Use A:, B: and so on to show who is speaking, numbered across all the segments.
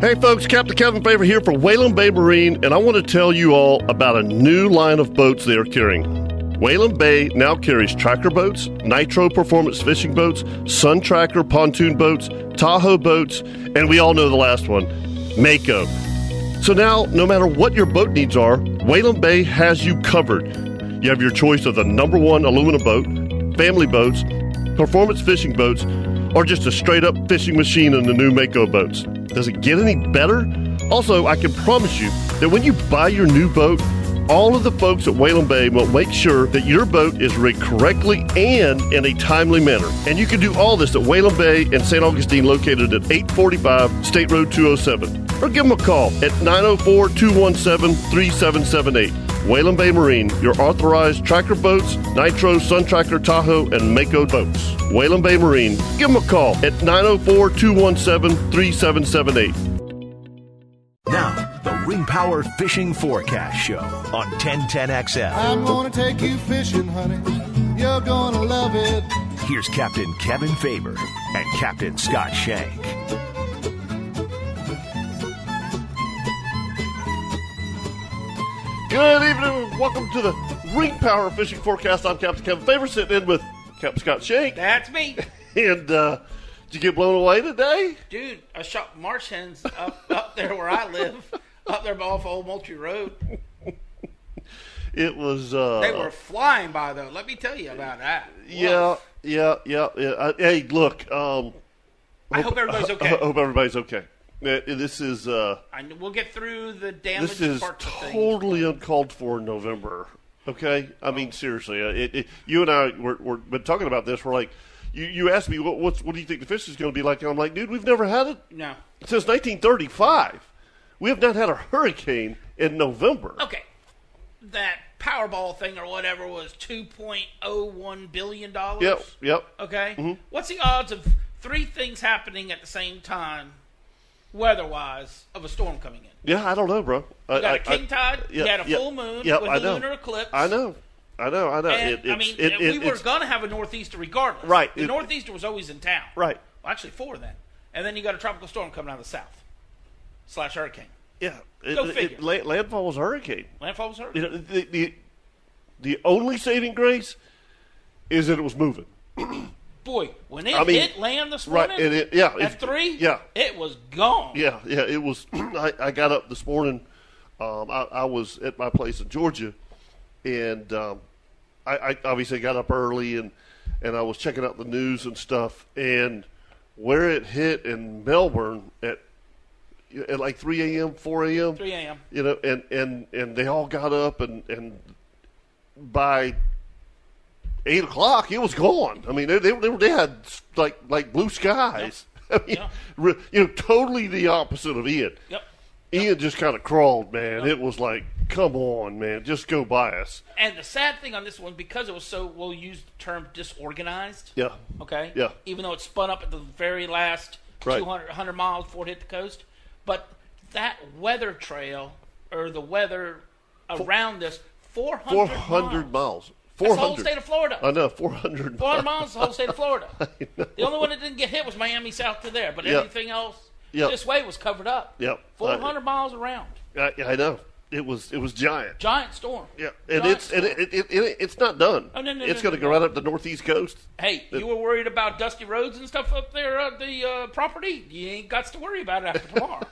A: Hey folks, Captain Kevin Favor here for Whalen Bay Marine, and I want to tell you all about a new line of boats they are carrying. Whalen Bay now carries tracker boats, nitro performance fishing boats, sun tracker pontoon boats, Tahoe boats, and we all know the last one, Mako. So now, no matter what your boat needs are, Whalen Bay has you covered. You have your choice of the number one aluminum boat, family boats, performance fishing boats, or just a straight up fishing machine in the new Mako boats. Does it get any better? Also, I can promise you that when you buy your new boat, all of the folks at Whalen Bay will make sure that your boat is rigged correctly and in a timely manner. And you can do all this at Whalen Bay in St. Augustine, located at 845 State Road 207. Or give them a call at 904 217 3778. Whalen Bay Marine, your authorized tracker boats, Nitro, Sun Tracker, Tahoe, and Mako boats. Whalen Bay Marine, give them a call at 904 217 3778.
B: Now, the Ring Power Fishing Forecast Show on 1010XL.
C: I'm gonna take you fishing, honey. You're gonna love it.
B: Here's Captain Kevin Faber and Captain Scott Shank.
A: Good evening, and welcome to the Ring Power Fishing Forecast. I'm Captain Kevin Favor, sitting in with Captain Scott Shank.
D: That's me,
A: And uh, did you get blown away today?
D: dude. I shot marsh hens up up there where I live, up there off Old Moultrie Road.
A: It was. Uh,
D: They were flying by though. Let me tell you about that.
A: Yeah,
D: Woof.
A: yeah, yeah. yeah. I, hey, look. Um,
D: I hope everybody's
A: I
D: okay.
A: hope everybody's okay. Uh, This is uh,
D: I kn- we'll get through the
A: this
D: damage
A: is
D: parts of things.
A: totally uncalled for in November. Okay, I mean seriously, uh, it, it, you and I were, were been talking about this. We're like, you, you asked me what what's, what do you think the fish is going to be like, and I'm like, dude, we've never had it
D: no.
A: since 1935. We have not had a hurricane in November.
D: Okay. That Powerball thing or whatever was two point oh one billion dollars.
A: Yep, yep. Mm-hmm.
D: Okay. What's the odds of three things happening at the same time, weather-wise, of a storm coming in?
A: Yeah, I don't know, bro. I,
D: You got
A: I-
D: a king tide.
A: yeah,
D: you had a
A: yeah,
D: full moon
A: yeah,
D: with
A: I
D: a
A: know.
D: lunar eclipse.
A: I know, I know, I know.
D: And,
A: It- it's-
D: I mean,
A: it-
D: and
A: it-
D: we were
A: it's-
D: going to have a northeaster regardless.
A: Right,
D: The
A: it-
D: northeaster was always in town.
A: Right.
D: Well, actually, four then. And then you got a tropical storm coming out of the south, slash hurricane.
A: Yeah, it,
D: Go
A: it-
D: figure.
A: la- landfall was a hurricane.
D: Landfall was
A: You
D: hurricane.
A: know, the, the the only saving grace is that it was moving.
D: Boy, when it
A: I mean,
D: hit land this
A: right,
D: morning,
A: and it- yeah,
D: at
A: it-
D: three,
A: yeah.
D: it was gone.
A: Yeah, yeah, it was. I, I got up this morning. Um, I, I was at my place in Georgia, and um, I, I obviously got up early and and I was checking out the news and stuff. And where it hit in Melbourne at at like three a.m., four a.m.,
D: 3 a.m.
A: you know, and and and they all got up and and by eight o'clock it was gone. I mean, they they, they, were- they had like like blue skies. I mean,
D: Yeah.
A: re, you know, totally the opposite of Ian.
D: Yep.
A: Ian just kind of crawled, man. It was like, come on, man, just go by us.
D: And the sad thing on this one, because it was so, we'll use the term disorganized.
A: Yeah.
D: Okay.
A: Yeah.
D: Even though it spun up at the very last
A: Right.
D: 200 100 miles before it hit the coast, but that weather trail or the weather around this 400
A: Four hundred
D: miles.
A: miles.
D: That's
A: Four
D: the whole
A: hundred.
D: state of Florida.
A: I know, four hundred.
D: 400 miles, is the whole state of Florida. The only one that didn't get hit was Miami south to there, but
A: Yeah.
D: everything else
A: Yeah.
D: this way was covered up.
A: Yep.
D: 400 miles around.
A: I, I know. It was it was giant.
D: Giant storm.
A: Yeah, and
D: Giant
A: it's and it, it, it, it, it's not done.
D: Oh, no, no,
A: it's
D: no,
A: going to
D: no,
A: go right up the northeast coast.
D: Hey, you were worried about dusty roads and stuff up there at the uh, property. You ain't got to worry about it after tomorrow.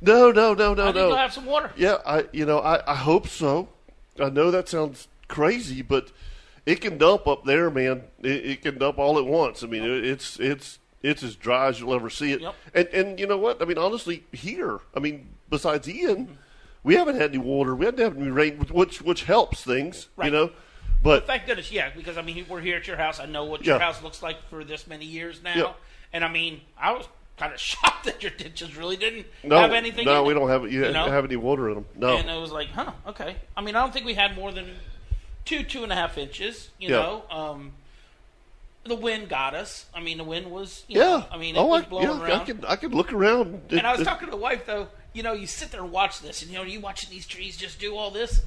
A: No, no, no, no,
D: I think
A: no.
D: you'll have some water.
A: Yeah, I you know I, I hope so. I know that sounds crazy, but it can dump up there, man. It, it can dump all at once. I mean, it, it's it's it's as dry as you'll ever see it.
D: Yep.
A: And and you know what? I mean, honestly, here, I mean, besides Ian, we haven't had any water. We haven't had any rain, which which helps things. You
D: Right.
A: know, but
D: Thank goodness, yeah, because I mean we're here at your house. I know what
A: Yeah.
D: your house looks like for this many years now,
A: Yeah.
D: and I mean I was kind of shocked that your ditches really didn't
A: no,
D: have anything.
A: no,
D: in
A: we
D: it,
A: don't have you,
D: you know?
A: have any water in them. No,
D: And uh, I was like, huh, okay. I mean, I don't think we had more than two, two and a half inches. You
A: Yeah.
D: know, um, the wind got us. I mean, the wind was, you
A: yeah.
D: Know, I mean, it
A: oh,
D: was
A: I,
D: blowing
A: yeah,
D: around.
A: I can I can look around.
D: And I was talking to the wife though. You know, you sit there and watch this, and you know, you watching these trees just do all this.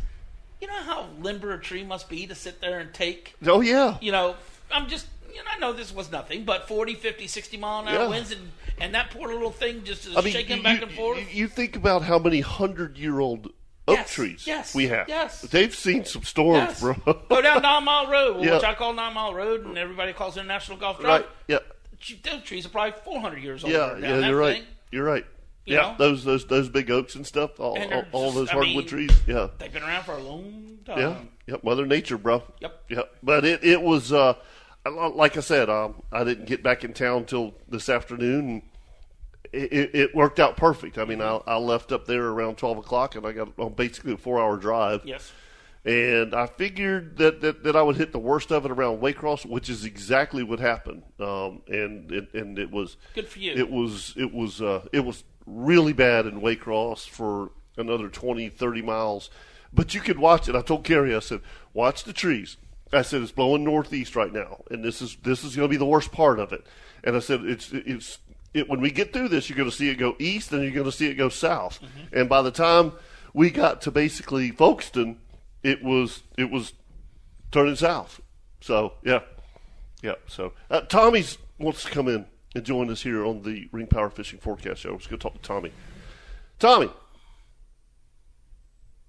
D: You know how limber a tree must be to sit there and take
A: Oh yeah,
D: you know, I'm just you know, I know this was nothing, but 40, 50, 60 mile an hour
A: Yeah.
D: winds, and, and that poor little thing just is
A: I mean,
D: shaking
A: you,
D: back
A: you-
D: and forth.
A: You, you think about how many hundred-year-old oak
D: Yes,
A: trees
D: yes,
A: we have.
D: yes.
A: They've seen some storms,
D: Yes.
A: bro.
D: Go down Nine Mile Road,
A: Yeah.
D: which I call Nine Mile Road, and everybody calls it National Golf Drive.
A: right? Yeah,
D: Gee, Those trees are probably 400 years old.
A: yeah,
D: now,
A: yeah.
D: that
A: You're right.
D: thing.
A: You're right.
D: You
A: yeah,
D: know?
A: those those those big oaks and stuff. All
D: And
A: all,
D: they're
A: all
D: just-
A: those
D: I
A: hardwood
D: mean,
A: trees. Yeah,
D: They've been around for a long time.
A: yeah, yeah. Mother Nature, bro.
D: Um, Yep.
A: Yeah, but it it was uh, I- like I said, um, I didn't get back in town till this afternoon. And it, it, it worked out perfect. I mean, I,
D: Mm-hmm.
A: I left up there around twelve o'clock, and I got on basically a four-hour drive.
D: Yes.
A: And I figured that, that, that I would hit the worst of it around Waycross, which is exactly what happened. Um, and it, and it was
D: Good for you.
A: It was it was uh, it was really bad in Waycross for another 20, 30 miles. But you could watch it. I told Carrie, I said, watch the trees. I said it's blowing northeast right now, and this is this is going to be the worst part of it. And I said it's it's it, when we get through this, you're going to see it go east, and you're going to see it go south.
D: Mm-hmm.
A: And by the time we got to basically Folkestone, it was it was turning south. So yeah, yeah. So uh, Tommy's wants to come in and join us here on the Ring Power Fishing Forecast Show. Let's go talk to Tommy. Tommy,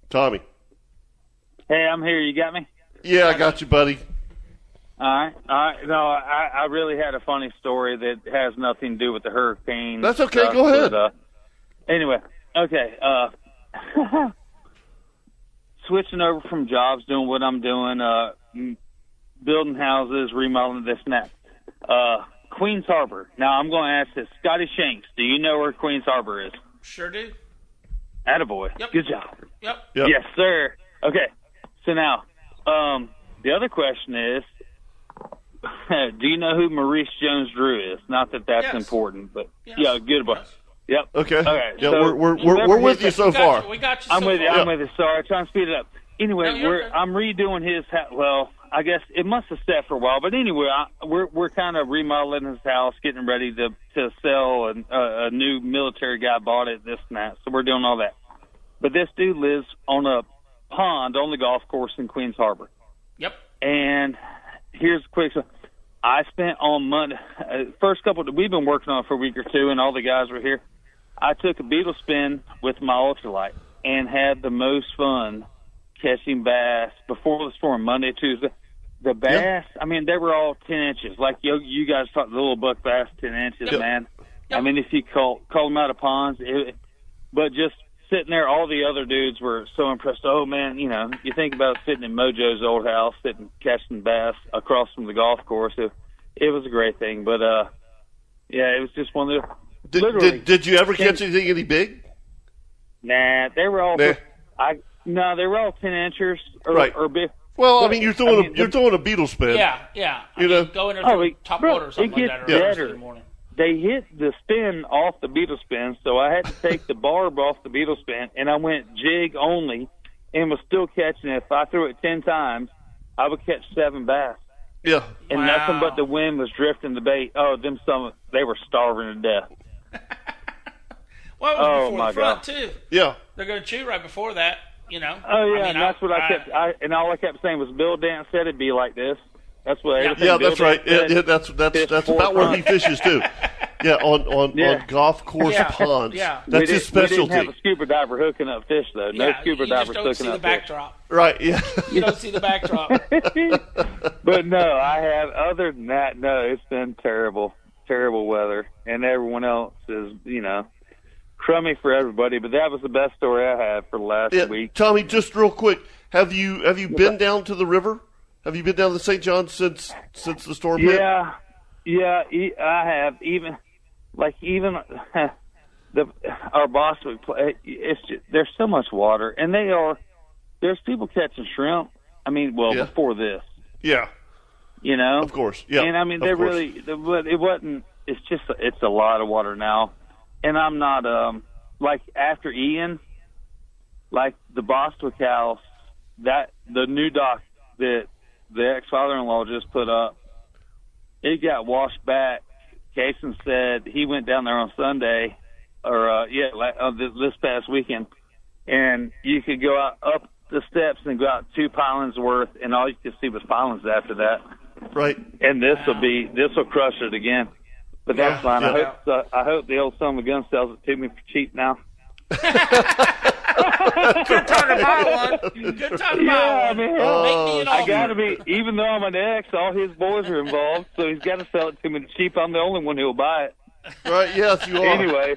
A: Tommy.
E: Hey, I'm here. You got me?
A: Yeah, I got you, buddy.
E: All right. All right. No, I, I really had a funny story that has nothing to do with the hurricane.
A: That's okay.
E: stuff,
A: Go ahead.
E: But, uh, anyway, okay. Uh, switching over from jobs, doing what I'm doing, uh, m- building houses, remodeling this and that. Uh, Queens Harbor. Now, I'm going to ask this. Scotty Shanks, do you know where Queens Harbor is?
D: Sure do.
E: Attaboy.
D: Yep.
E: Good job.
D: Yep.
A: Yeah.
E: Yes, sir. Okay. So now, um, the other question is, do you know who Maurice Jones-Drew is? Not that that's
D: Yes.
E: important, but
D: Yes.
E: yeah, good one.
D: Yes.
E: Yep.
A: Okay.
E: Okay,
A: Yeah,
E: so-
A: we're we're we're, we're with you so
D: We got
A: far.
D: you. We got you.
E: I'm
D: so
E: with you.
D: far.
E: I'm with you. Sorry, trying to speed it up. Anyway,
D: No, you're
E: we're
D: okay.
E: I'm redoing his house. Well, I guess it must have sat for a while, but anyway, I, we're we're kind of remodeling his house, getting ready to to sell, and uh, a new military guy bought it. This and that, so we're doing all that. But this dude lives on a pond on the golf course in Queens Harbor.
D: Yep.
E: And here's a quick. I spent on Monday, uh, first couple we've been working on it for a week or two, and all the guys were here. I took a beetle spin with my ultralight and had the most fun catching bass before the storm Monday, Tuesday. The bass, I mean, they were all ten inches. Like you, you guys thought the little buck bass ten inches,
A: Yep.
E: man. I
D: Yep.
E: mean, if you call call them out of ponds, it, but just sitting there, all the other dudes were so impressed. Oh man, you know, you think about sitting in Mojo's old house, sitting catching bass across from the golf course. It, it was a great thing, but uh, yeah, it was just one of the
A: Did,
E: literally.
A: did did you ever catch anything any big?
E: nah, they were all.
A: Nah.
E: I no, they were all ten inchers or,
A: Right.
E: or big.
A: Well, I mean, you're throwing
E: I mean,
A: a, you're throwing a beetle spin.
D: Yeah. Yeah. I
A: You
D: mean,
A: know-
D: go in there
E: Oh,
D: through
E: it-
D: top
E: bro,
D: water or something
E: it
D: like
E: gets
D: that. Or
E: better.
D: Thursday morning.
E: they hit the spin off the beetle spin, so I had to take the barb off the beetle spin, and I went jig only, and was still catching it. If I threw it ten times, I would catch seven bass,
A: yeah.
E: and
D: Wow.
E: nothing but the wind was drifting the bait. Oh, them some they were starving to death.
D: Well, it was
E: Oh,
D: before
E: my
D: the front
E: God.
D: too.
A: yeah.
D: They're going to chew right before that. You know.
E: Oh yeah,
D: I mean,
E: and that's what I, kept. I and all I kept saying was, "Bill Dan said it'd be like this." That's what. everything
A: Yeah,
E: Bill
A: that's
E: Dan
A: right. Yeah,
E: said.
A: yeah, that's that's
E: Fish
A: that's
E: four
A: about where he
E: times.
A: fishes too. Yeah, on on,
E: Yeah.
A: on golf course
D: Yeah.
A: ponds.
D: Yeah.
E: We
A: That's his
E: didn't- We didn't
A: specialty.
E: have a scuba diver hooking up fish though. No
D: yeah,
E: scuba
D: you just
E: divers
D: don't see
E: hooking
D: the
E: up fish.
D: backdrop.
A: Right. Yeah.
D: You don't see the backdrop.
E: but no, I have. Other than that, no, it's been terrible, terrible weather, and everyone else is, you know, crummy for everybody. But that was the best story I had for last
A: Yeah.
E: week.
A: Tommy, just real quick, have you have you been down to the river? Have you been down to St. John since since the storm hit?
E: Yeah, yeah, e- I have even, like even the our boss would play. It's just, there's so much water, and they are there's people catching shrimp. I mean, well,
A: Yeah.
E: before this,
A: Yeah.
E: you know.
A: Of course. Yeah.
E: And I mean,
A: of
E: they
A: course.
E: really, the- but it wasn't. It's just, it's a lot of water now, and I'm not um like after Ian, like the Bostwick house, that the new dock that the ex father-in-law just put up, it got washed back. Jason said he went down there on Sunday, or uh, yeah, la- uh, this, this past weekend, and you could go out up the steps and go out two pilings worth, and all you could see was pilings after that.
A: Right.
E: and this will be this will crush it again. But that's
A: Yeah,
E: fine. I
A: yeah.
E: hope the, I hope the old son of a gun sells it to me for cheap now.
F: Turn to buy one.
D: Good time to
E: Yeah,
D: buy one.
E: man.
D: Make
A: Oh,
D: me an
E: I
D: offer.
E: gotta be, even though I'm an ex, all his boys are involved, so he's gotta sell it to me cheap. I'm the only one who'll buy it.
A: Right. Yes, you are.
E: Anyway,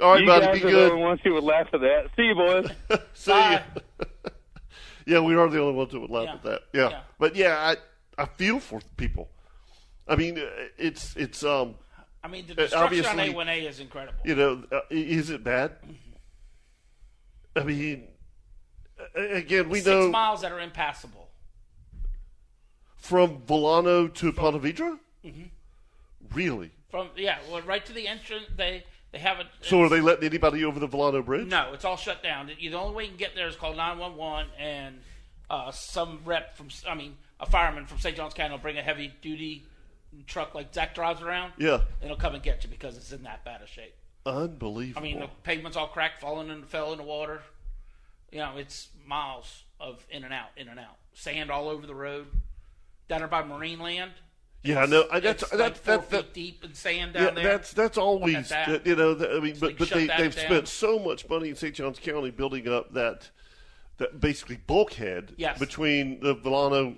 A: All right,
E: you
A: buddy.
E: guys
A: Be
E: are the
A: good.
E: only ones who would laugh at that. See you, boys.
A: See you. yeah, we are the only ones that would laugh
D: Yeah.
A: at that. Yeah.
D: Yeah.
A: but yeah, I I feel for people. I mean, uh, it's it's um
D: I mean, the destruction on
A: obviously-
D: A1A is incredible.
A: you know uh, i- is it bad? I mean, a- again, we
D: Six
A: know
D: miles that are impassable.
A: from Volano to Ponte Vedra.
D: Mm-hmm.
A: Really?
D: From yeah, well, right to the entrance. They they have a.
A: So are they letting anybody over the Volano Bridge?
D: No, it's all shut down. The the only way you can get there is call 911, and uh, some rep from, I mean, a fireman from St. John's County will bring a heavy duty truck like Zach drives around.
A: Yeah.
D: And it'll come and get you because it's in that bad of shape. I
A: Unbelievable.
D: mean, the pavement's all cracked, falling and fell in the water. You know, it's miles of in and out, in and out. Sand all over the road. Down there by Marine Land.
A: yeah, I know. I- That's
D: It's
A: that's
D: like four
A: that, that,
D: feet deep in sand down
A: Yeah,
D: there.
A: that's that's always
D: At that.
A: you know. th- I mean, but,
D: like
A: but
D: shut
A: they,
D: that
A: they've
D: down.
A: spent so much money in St. Johns County building up that that basically bulkhead
D: Yes.
A: between the Volano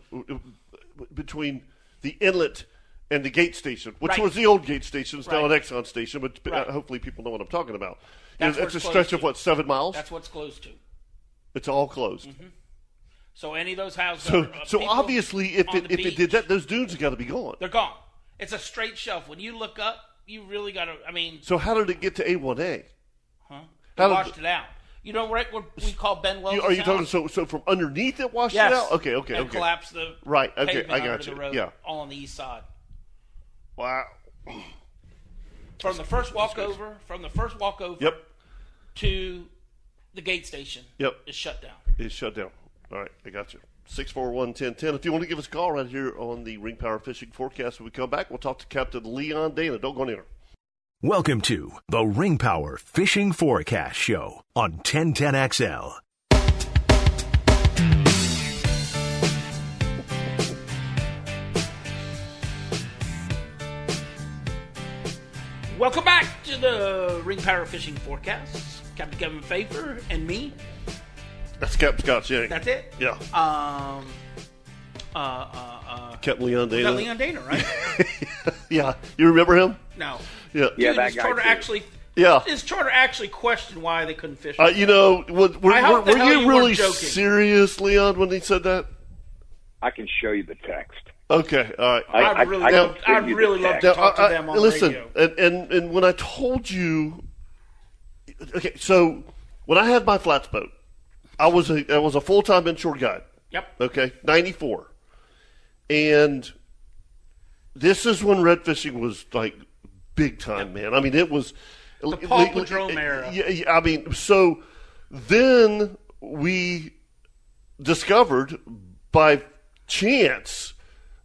A: between the inlet and the gate station, which
D: Right.
A: was the old gate station, it's now an
D: Right.
A: Exxon station. But uh,
D: Right.
A: hopefully, people know what I'm talking about. You know, That's,
D: That's where
A: a
D: it's
A: stretch
D: closed
A: of
D: to.
A: what seven miles.
D: That's what's closed to.
A: it's all closed.
D: So any of those houses.
A: So,
D: Mm-hmm. are- uh,
A: so
D: people
A: obviously, if
D: on
A: it
D: the
A: if it did
D: beach,
A: that, those dunes have got to be gone.
D: they're gone. It's a straight shelf. When you look up, you really got to. I mean,
A: So how did it get to A1A?
D: huh?
A: How
D: They
A: did-
D: washed it out. You know, right where we call Ben Wells.
A: You, are you talking
D: house?
A: so so from underneath it washed
D: Yes.
A: it out? Okay, okay,
D: and
A: okay.
D: collapsed the
A: Right, okay,
D: pavement
A: I got
D: under
A: you.
D: The road,
A: Yeah.
D: all on the east side.
A: Wow.
D: From the first walkover, from the first walkover
A: Yep.
D: to the gate station.
A: Yep.
D: is shut down.
A: It's shut down. All right, I got you. 641 1010. If you want to give us a call right here on the Ring Power Fishing Forecast, when we come back, we'll talk to Captain Leon Dana. Don't go anywhere.
B: Welcome to the Ring Power Fishing Forecast Show on 1010XL.
D: Welcome back to the Ring Power Fishing Forecast. Captain Kevin Favor and me.
A: That's Captain Scott Shank.
D: That's it.
A: Yeah.
D: Um. Uh. Uh. uh
A: Captain Leon Dana.
D: Got Leon Dana, right?
A: Yeah. You remember him?
D: no.
A: Yeah.
E: Yeah,
D: Dude,
E: that
D: his
E: guy
D: charter
E: too.
D: actually.
A: Yeah.
D: His charter actually questioned why they couldn't fish.
A: Uh, you know, were, were,
D: I hope
A: were
D: the hell
A: you
D: you weren't
A: really
D: joking.
A: serious, Leon, when he said that?
G: I can show you the text.
A: Okay. All right.
G: I,
D: I really,
G: I,
D: I,
G: can send you the
D: really love
G: text.
D: to
A: Now,
D: talk
A: I-
D: to them
A: I-
D: on
A: Uh, listen,
D: radio.
A: And, and and when I told you, okay, so when I had my flats boat, I was a I was a full time inshore guide.
D: Yep.
A: Okay, ninety four, and this is when red fishing was like big time, man. I mean, it was the
D: Paul Padrone era.
A: Yeah, yeah, I mean, so then we discovered by chance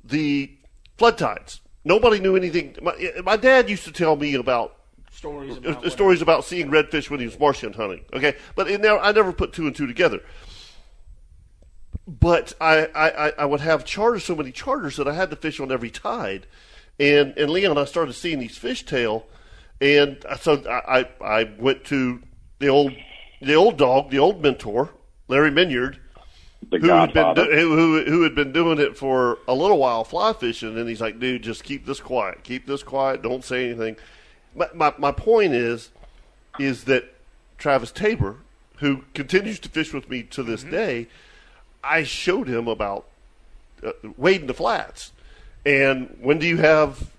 A: the flood tides. Nobody knew anything. My, my dad used to tell me about
D: Stories about
A: uh,
D: whatever.
A: stories about seeing redfish when he was martian hunting. Okay, but it never, I never put two and two together. But I, I, I- I would have charters, so many charters that I had to fish on every tide, and and Leon, I started seeing these fishtail, and I- so I, I I went to the old the old dog, the old mentor, Larry Minyard,
G: The
A: who had been
G: Godfather.
A: do- who who had been doing it for a little while fly fishing, and he's like, dude, just keep this quiet, keep this quiet, don't say anything. My my, my point is, is that Travis Tabor, who continues to fish with me to
G: Mm-hmm.
A: this day, I showed him about uh, wading the flats, and when do you have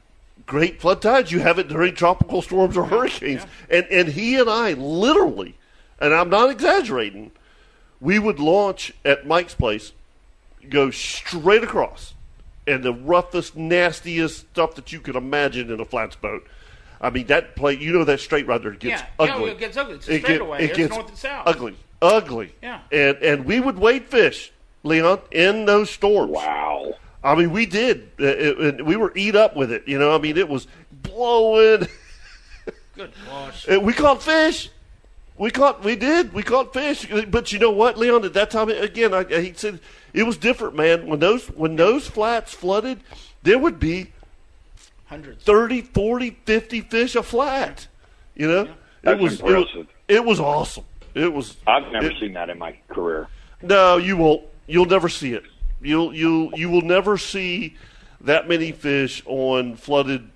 A: great flood tides? You have it during tropical storms or hurricanes, and and he and I literally, and I'm not exaggerating we would launch at Mike's place, go straight across, and the roughest, nastiest stuff that you could imagine in a flats boat. I mean, that play, you know, that straight right there gets
D: Yeah. Yeah,
A: ugly.
D: it gets ugly. It's a
A: It get-
D: straightaway.
A: it
D: It's
A: gets
D: north and south.
A: Ugly, ugly.
D: Yeah.
A: And and we would wade fish, Leon, in those storms.
G: wow.
A: I mean, we did. Uh, it- it- we were eat up with it. You know, I mean, it was blowing.
D: Good gosh.
A: Uh, We caught fish. We caught. We did. We caught fish. But you know what, Leon? At that time, again, I, I- he said it was different, man. When those when those flats flooded, there would be
D: Hundreds.
A: 30, 40, 50 fish a flat. You know, it
G: That's
A: was it was,
G: impressive.
A: it was awesome. It was.
G: I've never
A: it-
G: seen that in my career.
A: No, you won't. You'll never see it. You'll you you will never see that many fish on flooded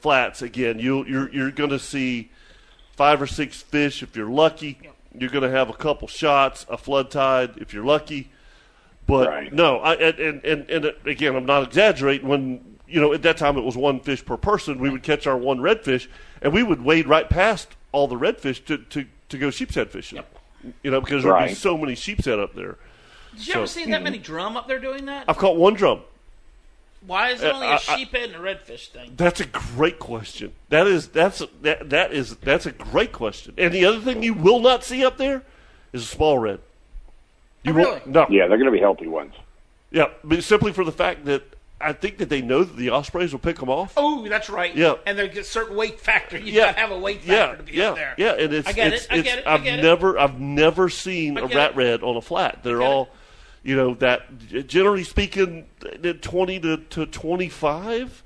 A: flats again. You you're you're going to see five or six fish if you're lucky. You're going to have a couple shots, a flood tide if you're lucky. But
G: Right.
A: no, I and, and and and again, I'm not exaggerating. When you know at that time it was one fish per person. We would catch our one redfish, and we would wade right past all the redfish to to to go sheep's head fishing. You know because there'd be
G: Right.
A: so many sheep's head up there.
D: Did you ever
A: So-
D: see that many drum up there doing that?
A: I've caught one drum.
D: Why is it
A: Uh,
D: only
A: I- I-
D: a sheephead and a redfish thing?
A: That's a great question. That is that's that that is that's a great question. And the other thing you will not see up there is a small red. You
D: Oh,
A: won't-
D: really?
A: No.
G: Yeah, they're going to be healthy ones.
A: Yeah, but simply for the fact that I think that they know that the ospreys will pick them off.
D: Oh, that's right.
A: Yeah.
D: And there's a certain weight factor. You
A: Yeah.
D: gotta have a weight factor
A: yeah,
D: to be
A: yeah,
D: up there.
A: yeah. And it's
D: I get
A: it's,
D: it. I
A: it's
D: get it. I
A: I've
D: get it.
A: never I've never seen a
D: get
A: rat
D: it.
A: red on a flat. They're
D: get
A: all,
D: it.
A: you know, that generally speaking, the twenty to, to twenty five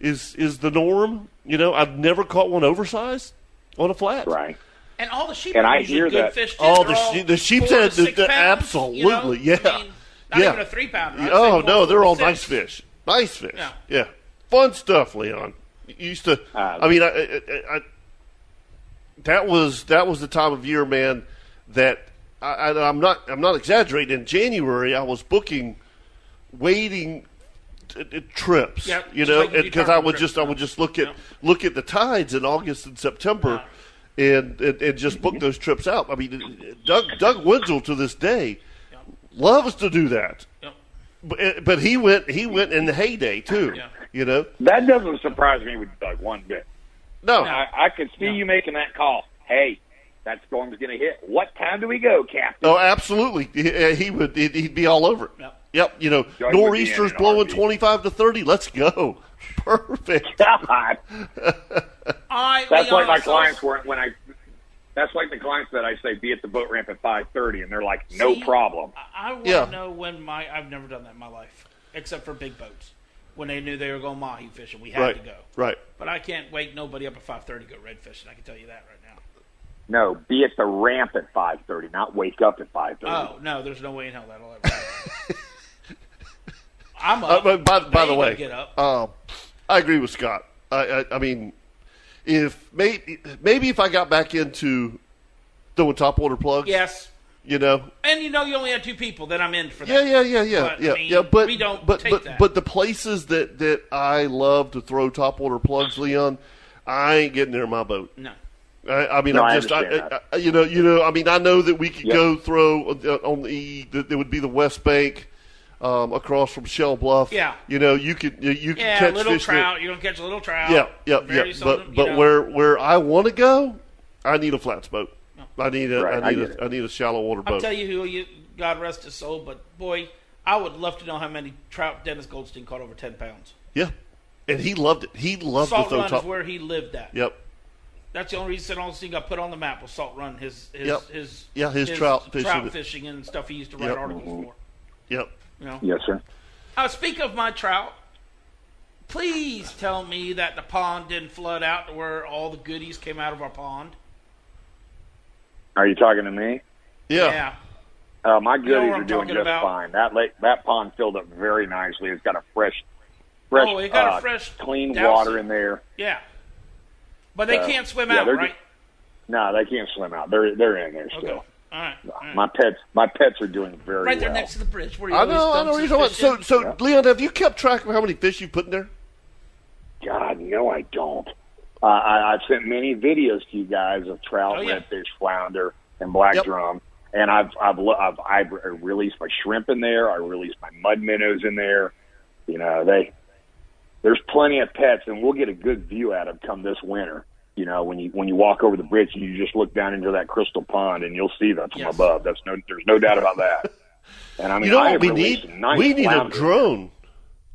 A: is is the norm. You know, I've never caught one oversized on a flat.
G: Right.
D: And all the sheep
G: And
D: are
G: I
D: usually
G: hear
D: good
G: that.
D: fish too.
A: Oh,
D: They're
A: the
D: all
A: she- the sheep's
D: four to
A: head, the-
D: six
A: the-
D: pounds, you know?
A: absolutely, yeah.
D: I mean, not
A: Yeah.
D: even a three pounder. I'd say
A: Oh
D: more
A: no,
D: four
A: they're
D: to
A: all
D: six.
A: nice fish. Nice fish. Yeah.
D: Yeah.
A: Fun stuff, Leon. You used to.
G: Uh,
A: I mean, I, I, I, I- that was that was the time of year, man. That I, I, I'm not I'm not exaggerating. In January, I was booking waiting t- t- trips.
D: Yeah,
A: you
D: just
A: know,
D: like you do
A: because
D: tarpon
A: I would
D: trips,
A: just I
D: yeah.
A: would just look at look at the tides in August and September, and, and and just book those trips out. I mean, Doug Doug Wenzel to this day loves to do that.
D: Yep.
A: But, eh, but he went he went in the heyday too.
D: Yeah.
A: You know,
G: That doesn't surprise me with Doug one bit.
A: no,
G: I, I could see you making that call. Hey, that storm's going to hit. What time do we go, Captain?
A: oh, absolutely. He, eh, he would he'd, he'd be all over. it.
D: Yep.
A: Yep. You know,
G: Doug would be
A: nor'easters
G: in an
A: blowing
G: RV.
A: twenty five to thirty. Let's go. Perfect.
G: God.
D: All right,
G: That's
D: Leon,
G: like my
D: so-
G: clients were when I. That's like the clients that I say be at the boat ramp at five thirty, and they're like, "No
D: See,
G: problem."
D: I, I want to
A: Yeah.
D: know when my I've never done that in my life, except for big boats. When they knew they were going mahi fishing, we had to
A: Right.
D: go.
A: Right.
D: But I can't wake nobody up at five thirty to go red fishing. I can tell you that right now.
G: No, be at the ramp at five thirty, not wake up at five thirty.
A: Uh,
D: Oh no, there's no way in hell that'll ever. happen. I'm
A: Uh,
D: up.
A: but by, by
D: They
A: the
D: ain't gonna
A: way,
D: get up.
A: uh, I agree with Scott. I, I, I mean, if maybe maybe if I got back into doing top water plugs,
D: yes,
A: you know,
D: and you know you only had two people. Then I'm in for that.
A: Yeah, yeah, yeah, yeah,
D: But, I
A: yeah,
D: mean,
A: yeah. But
D: we don't
A: But
D: take
A: but,
D: that.
A: but the places that that I love to throw top water plugs, Leon, I ain't getting near my boat.
D: No.
A: I, I mean,
G: No,
A: I'm
G: I
A: just, I,
G: understand
A: I,
G: that.
A: I- you know, you know. I mean, I know that we could
G: Yep.
A: go throw uh, on the that would be the West Bank, um, across from Shell Bluff.
D: Yeah.
A: you know, you could you you could
D: Yeah,
A: catch
D: little
A: fish that-
D: trout. You're gonna catch a little trout.
A: yeah, yeah,
D: Very
A: yeah. But
D: seldom, you
A: but
D: know.
A: where where I want to go, I need a flats boat. I need a I
G: Right, I
A: need
G: get
A: a I
G: it.
A: need a shallow water boat.
D: I'll tell you who you God rest his soul, but boy, I would love to know how many trout Dennis Goldstein caught over ten pounds.
A: Yeah, and he loved it. He loved
D: Salt
A: to throw
D: Run
A: top.
D: is where he lived at.
A: Yep.
D: That's the only reason Goldstein got put on the map was Salt Run. His his
A: Yep.
D: his
A: Yeah, his trout fishing.
D: trout fishing and stuff he used to write
A: Yep.
G: Mm-hmm.
D: articles for.
A: Yep.
D: You know.
G: Yes, sir.
D: Uh, speak of my trout. Please tell me that the pond didn't flood out to where all the goodies came out of our pond.
G: Are you talking to me?
A: Yeah.
D: yeah.
G: Uh, my goodies
D: know what I'm
G: are doing
D: talking
G: just
D: about.
G: fine. That lake, that pond filled up very nicely. It's got a fresh, fresh,
D: Oh, it got a
G: uh,
D: fresh
G: clean
D: dousing.
G: water in there.
D: Yeah. But they
G: Uh,
D: can't swim
G: yeah,
D: out,
G: they're
D: right?
G: just- No, they can't swim out. They're they're in there
D: Okay.
G: still.
D: All right. all right.
G: My pets, my pets are doing very
D: right there
G: well.
D: next to the bridge where you
A: I
D: always
A: know. I
D: dump
A: know. what
D: some
A: You're talking about.
D: fish
A: So,
D: in.
A: so Leon, have you kept track of how many fish you put in there?
G: God, no, I don't. Uh, I, I've sent many videos to you guys of trout,
D: Oh, yeah.
G: redfish, flounder, and black
A: Yep.
G: drum, and I've I've, lo- I've I've re- released my shrimp in there. I released my mud minnows in there. You know, they there's plenty of pets, and we'll get a good view at them come this winter. You know, when you when you walk over the bridge, you just look down into that crystal pond, and you'll see them from
D: Yes.
G: above. That's no, there's no doubt about that. And I mean,
A: you know
G: I
A: what
G: have
A: we
G: released
A: need?
G: some nice
A: we need
G: flounder.
A: a drone.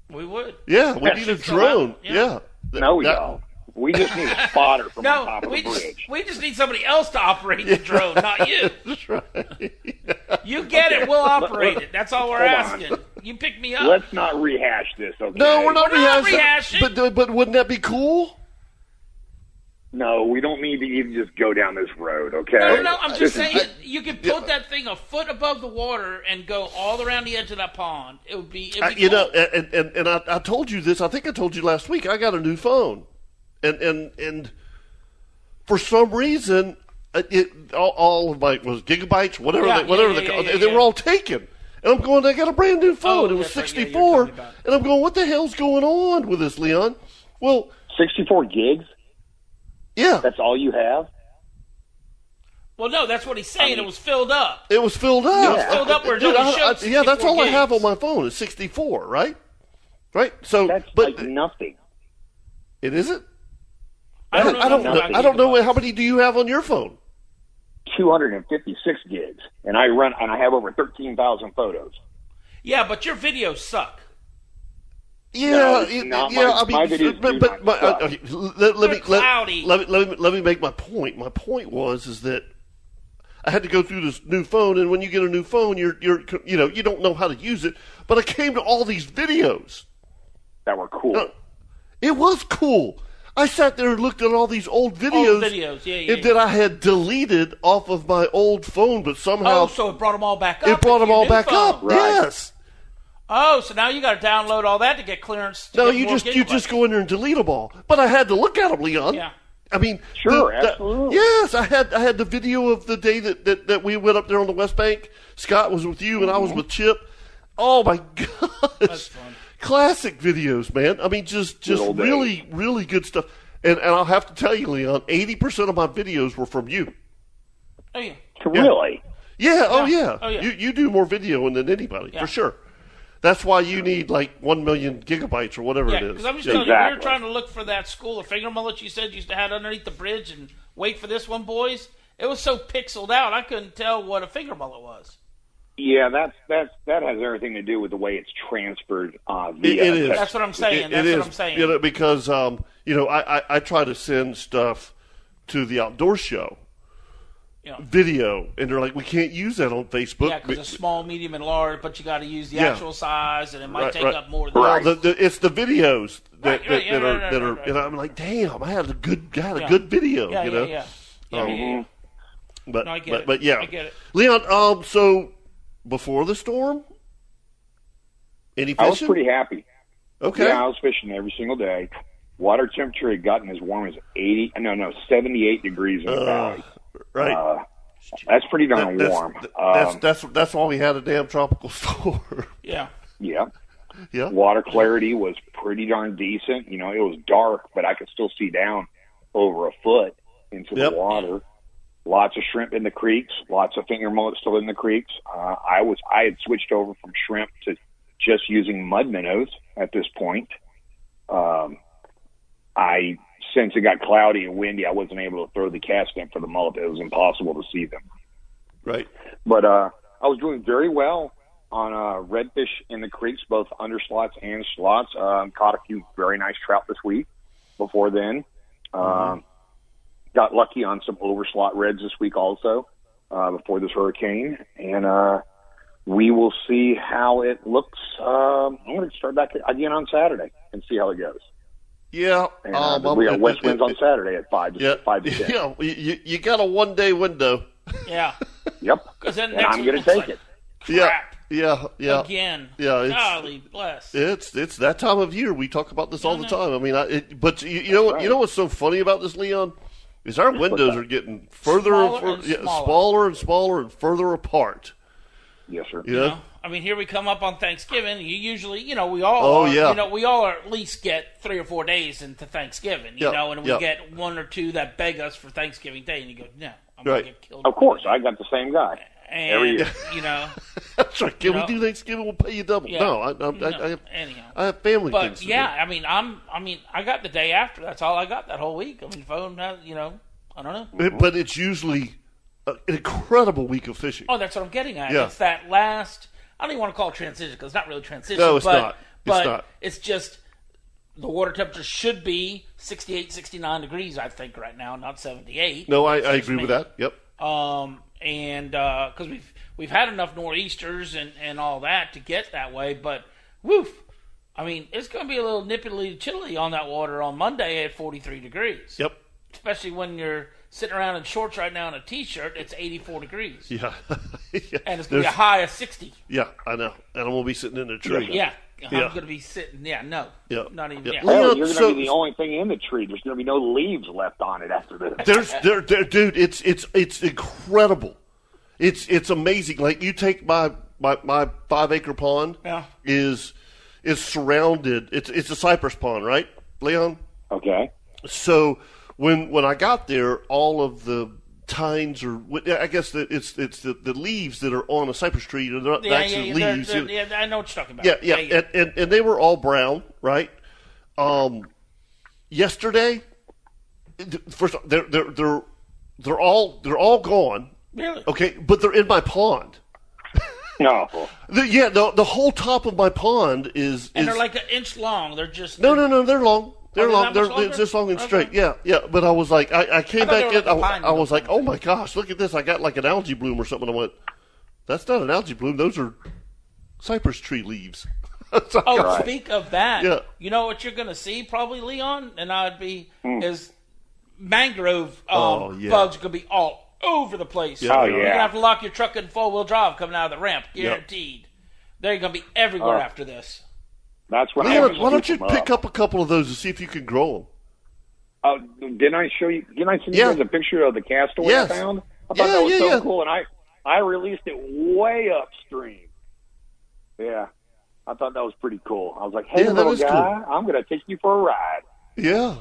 D: we would.
A: Yeah, we
G: Yes.
A: need a
D: Still out?
A: drone.
D: Yeah.
A: Yeah. Th-
G: No, we
A: that-
G: don't. We just need a spotter from on
D: No,
G: top of
D: we
G: the
D: just
G: bridge.
D: we just need somebody else to operate the drone, not you.
A: That's right.
D: You get it, we'll operate it. That's all we're
G: Hold on.
D: asking. You picked me up.
G: Let's not rehash this. Okay?
A: No, we're not
D: We're not
A: rehashing.
D: rehashing.
A: But but wouldn't that be cool?
G: No, we don't need to even just go down this road. Okay.
D: No, no, I'm just
G: This is-
D: saying you could put that thing a foot above the water and go all around the edge of that pond. It would be, it'd be
A: I, Uh, you
D: cool.
A: know, and, and, and I, I told you this. I think I told you last week. I got a new phone, and and and for some reason, uh, it, it all, all of my was gigabytes, whatever,
D: Yeah,
A: they, whatever
D: yeah,
A: the,
D: yeah, yeah,
A: they,
D: yeah,
A: were
D: yeah.
A: all taken. And I'm going. I got a brand new phone.
D: Oh,
A: it was
D: that's right. Yeah,
A: 64,
D: you were telling me about it.
A: and I'm going. What the hell's going on with this, Leon? Well,
G: 64 gigs.
A: yeah,
G: That's all you have.
D: well, no, that's what he's saying. it was filled up.
A: it was filled up.
D: It was filled up where it
A: Dude,
D: only
A: I-
D: showed
A: I- yeah, that's
D: 64
A: all I have on
D: gigs.
A: my phone is 64, right? Right. So,
G: That's
A: but
G: like nothing.
A: it isn't.
D: I don't know.
A: I don't know.
D: nothing about
A: I don't know
D: gigabytes.
A: how many do you have on your phone.
G: 256 gigs, and I run and I have over 13,000 photos.
D: Yeah, but your videos suck.
G: No,
A: Yeah,
G: it's
A: it-
G: not.
A: yeah.
G: My-
A: I mean,
G: my videos
A: but,
G: do
A: but
G: not
A: my,
G: suck.
A: okay, let, let me let,
D: They're cloudy.
A: let me let me let me make my point. My point was is that I had to go through this new phone, and when you get a new phone, you're you're you know you don't know how to use it. But I came to all these videos.
G: That were cool.
A: Uh, It was cool. I sat there and looked at all these old videos,
D: Old videos, yeah, yeah.
A: and that I had deleted off of my old phone, but somehow
D: Oh, so it brought them all back up.
A: it brought them
D: with your
A: all
D: new
A: back
D: phone.
A: up.
G: Right.
A: Yes.
D: Oh, so now you got to download all that to get clearance. To
A: No,
D: get
A: you
D: more
A: just you
D: gigabytes.
A: just go in there and delete them all. But I had to look at them, Leon.
D: Yeah.
A: I mean,
G: Sure,
A: the- the-
G: absolutely.
A: yes, I had I had the video of the day that, that, that we went up there on the West Bank. Scott was with you, and I was
G: Mm-hmm.
A: with Chip. Oh my gosh,
D: That's fun.
A: classic videos, man. I mean, just just
G: old
A: really really good stuff. And and I'll have to tell you, Leon, eighty percent of my videos were from you.
D: Oh, yeah.
G: Really?
A: Yeah, oh
D: Yeah.
A: yeah.
D: Oh, yeah.
A: You you do more videoing than anybody
D: Yeah.
A: for sure. That's why you need like one million gigabytes or whatever
D: Yeah,
A: it is.
D: because I'm just
A: Yeah.
D: telling you, we were
G: Exactly.
D: trying to look for that school of finger mullets you said you used to have underneath the bridge and wait for this one, boys. It was so pixeled out, I couldn't tell what a finger mullet was.
G: Yeah, that's that's that has everything to do with the way it's transferred uh,
A: It-
G: via.
A: it is.
G: text.
D: That's what I'm saying.
A: It-
D: That's
A: it
D: what
A: is,
D: I'm saying.
A: You know, because um, you know, I, I, I try to send stuff to the outdoor show
D: Yeah.
A: video, and they're like, we can't use that on Facebook.
D: Yeah, because it's small, medium, and large, but you got to use the
A: Yeah.
D: actual size, and it might
A: Right,
D: take
A: right.
D: up more than
A: Well, the, the, it's the videos that, that,
D: Right, right, yeah,
A: that are
D: right, right,
A: that
D: right,
A: are,
D: right.
A: and I'm like, damn, I had a good, I had a
D: Yeah.
A: good video,
D: yeah,
A: you
D: yeah,
A: know. Oh.
D: yeah. Yeah, yeah, yeah, yeah.
A: But
D: No, I get
A: but,
D: it.
A: but yeah,
D: I get it.
A: Leon. Um, so before the storm, any fishing?
G: I was pretty happy.
A: okay.
G: Yeah, I was fishing every single day. Water temperature had gotten as warm as 80, no, no, 78 degrees in the valley. Uh,
A: right.
G: That's pretty darn
A: that's,
G: warm.
A: th-
G: um,
A: that's that's that's why we had a damn tropical storm.
D: Yeah.
G: yeah.
A: yeah.
G: Water clarity was pretty darn decent. You know, it was dark, but I could still see down over a foot into
A: Yep.
G: the water. Lots of shrimp in the creeks. Lots of finger mullets still in the creeks. Uh, I was I had switched over from shrimp to just using mud minnows at this point. Um, I since it got cloudy and windy, I wasn't able to throw the cast net for the mullet. It was impossible to see them.
A: Right.
G: But uh, I was doing very well on uh, redfish in the creeks, both underslots and slots. Um, caught a few very nice trout this week. Before then, um,
A: Mm-hmm.
G: got lucky on some overslot reds this week also. Uh, before this hurricane, and uh, we will see how it looks. Um, I'm going to start back again on Saturday and see how it goes.
A: Yeah.
G: And, uh,
A: um, I'm-
G: we got
A: it-
G: west
A: it-
G: winds on
A: it-
G: Saturday at five.
A: Yeah.
G: five to ten.
A: yeah. You- You, you got a one day window.
D: Yeah.
G: Yep.
D: Because then
G: And
D: next
G: I'm
D: week
G: going to
D: looks
G: take
D: like
G: it.
A: Yeah.
D: crap
A: Yeah. Yeah.
D: Again.
A: Yeah, it's-
D: Golly bless.
A: It's it's that time of year. We talk about this all the time. I mean, I, it, but you, you know what? You know what's so funny about this, Leon, is our windows are getting further
D: Smaller
A: and, fur-
D: and
A: yeah,
D: smaller.
A: smaller and smaller and further apart.
G: Yes, sir.
A: You know?
D: You know? I mean, here we come up on Thanksgiving. You usually, you know, we all,
A: Oh,
D: are,
A: yeah.
D: you know, we all are at least get three or four days into Thanksgiving, you
A: Yeah,
D: know, and we
A: yeah.
D: get one or two that beg us for Thanksgiving Day, and you go, no, I'm
A: Right.
D: gonna get killed.
G: Of course, I got the same guy.
D: and
G: every year.
D: you know,
A: That's right. Can
D: know?
A: we do Thanksgiving? We'll pay you double.
D: Yeah.
A: No, I, I, I, I,
D: no,
A: have,
D: anyhow.
A: I have family things.
D: But
A: to do.
D: yeah, I mean, I'm, I mean, I got the day after. That's all I got that whole week. I mean, phone, uh, you know, I don't know.
A: It- but it's usually a, an incredible week of fishing.
D: Oh, that's what I'm getting at.
A: Yeah.
D: It's that last. I don't even want to call it transition because it's not really transition.
A: No, it's
D: but,
A: not. It's
D: But
A: not.
D: it's just the water temperature should be 68, 69 degrees, I think, right now, not 78.
A: no, I, I agree with that. Yep.
D: Um, and because we've we've had enough nor'easters and and all that to get that way, but woof. I mean, it's going to be a little nippily chilly on that water on Monday at 43 degrees.
A: Yep.
D: Especially when you're sitting around in shorts right now and a t-shirt, it's 84 degrees.
A: Yeah. yeah.
D: And it's going to be a
A: There's-
D: high of 60.
A: Yeah, I know. And I'm going to be sitting in a tree.
D: Yeah.
A: Yeah.
D: I'm going to be sitting. Yeah, no.
A: Yeah.
D: Not even.
A: Yeah.
D: Yeah.
A: Well,
G: Hell, you're going to
A: so-
G: be the only thing in the tree. There's going to be no leaves left on it after this.
A: There's there, there dude, it's it's it's incredible. It's it's amazing. Like you take my my, my five acre pond
D: Yeah.
A: is is surrounded it's it's a cypress pond, right, Leon?
G: Okay.
A: So when when I got there, all of the tines or what- I guess that it's it's the, the leaves that are on a cypress tree. They're not
D: Yeah, yeah,
A: actually
D: yeah, they're-
A: leaves.
D: they're- yeah, I know what you're talking about.
A: Yeah, yeah, And, and and they were all brown, right? Um, yesterday, th- first they're they're they're they're all they're all gone.
D: Really?
A: Okay, but they're in my pond.
G: No.
A: The, yeah, the the whole top of my pond is
D: And
A: is
D: they're like an inch long. They're just
A: no no no they're long. They're
D: they're
A: long.
D: that
A: They're
D: much longer?
A: it's just long and
D: Okay.
A: straight. Yeah, yeah. But I was like, I, I came
D: I thought they
A: back
D: were
A: in.
D: like a
A: I,
D: pine
A: I was
D: or
A: like, oh my gosh, look at this! I got like an algae bloom or something. I went, that's not an algae bloom. Those are cypress tree leaves. So I
D: Oh,
A: was-
D: speak of that.
A: Yeah.
D: You know what you're going to see probably, Leon, and I'd be
G: Hmm.
D: is mangrove um,
A: Oh, yeah.
D: bugs going to be all over the place.
A: Oh,
D: You're going
G: yeah.
D: to have to lock your truck in four wheel drive coming out of the ramp, guaranteed. They're going to be
G: Oh.
D: everywhere after this.
G: That's what
A: Leon,
G: happens.
A: why don't you pick up a couple of those and see if you can grow them?
G: Uh, didn't I show you? Didn't I send
A: Yeah.
G: you guys a picture of the castaway
A: Yes.
G: I found? I thought
A: Yeah,
G: that was
A: yeah,
G: so
A: yeah.
G: cool, and I I released it way upstream. Yeah, I thought that was pretty cool. I was like, "Hey,
A: Yeah, that
G: little
A: is
G: guy, I'm going to take you for a ride."
A: Yeah,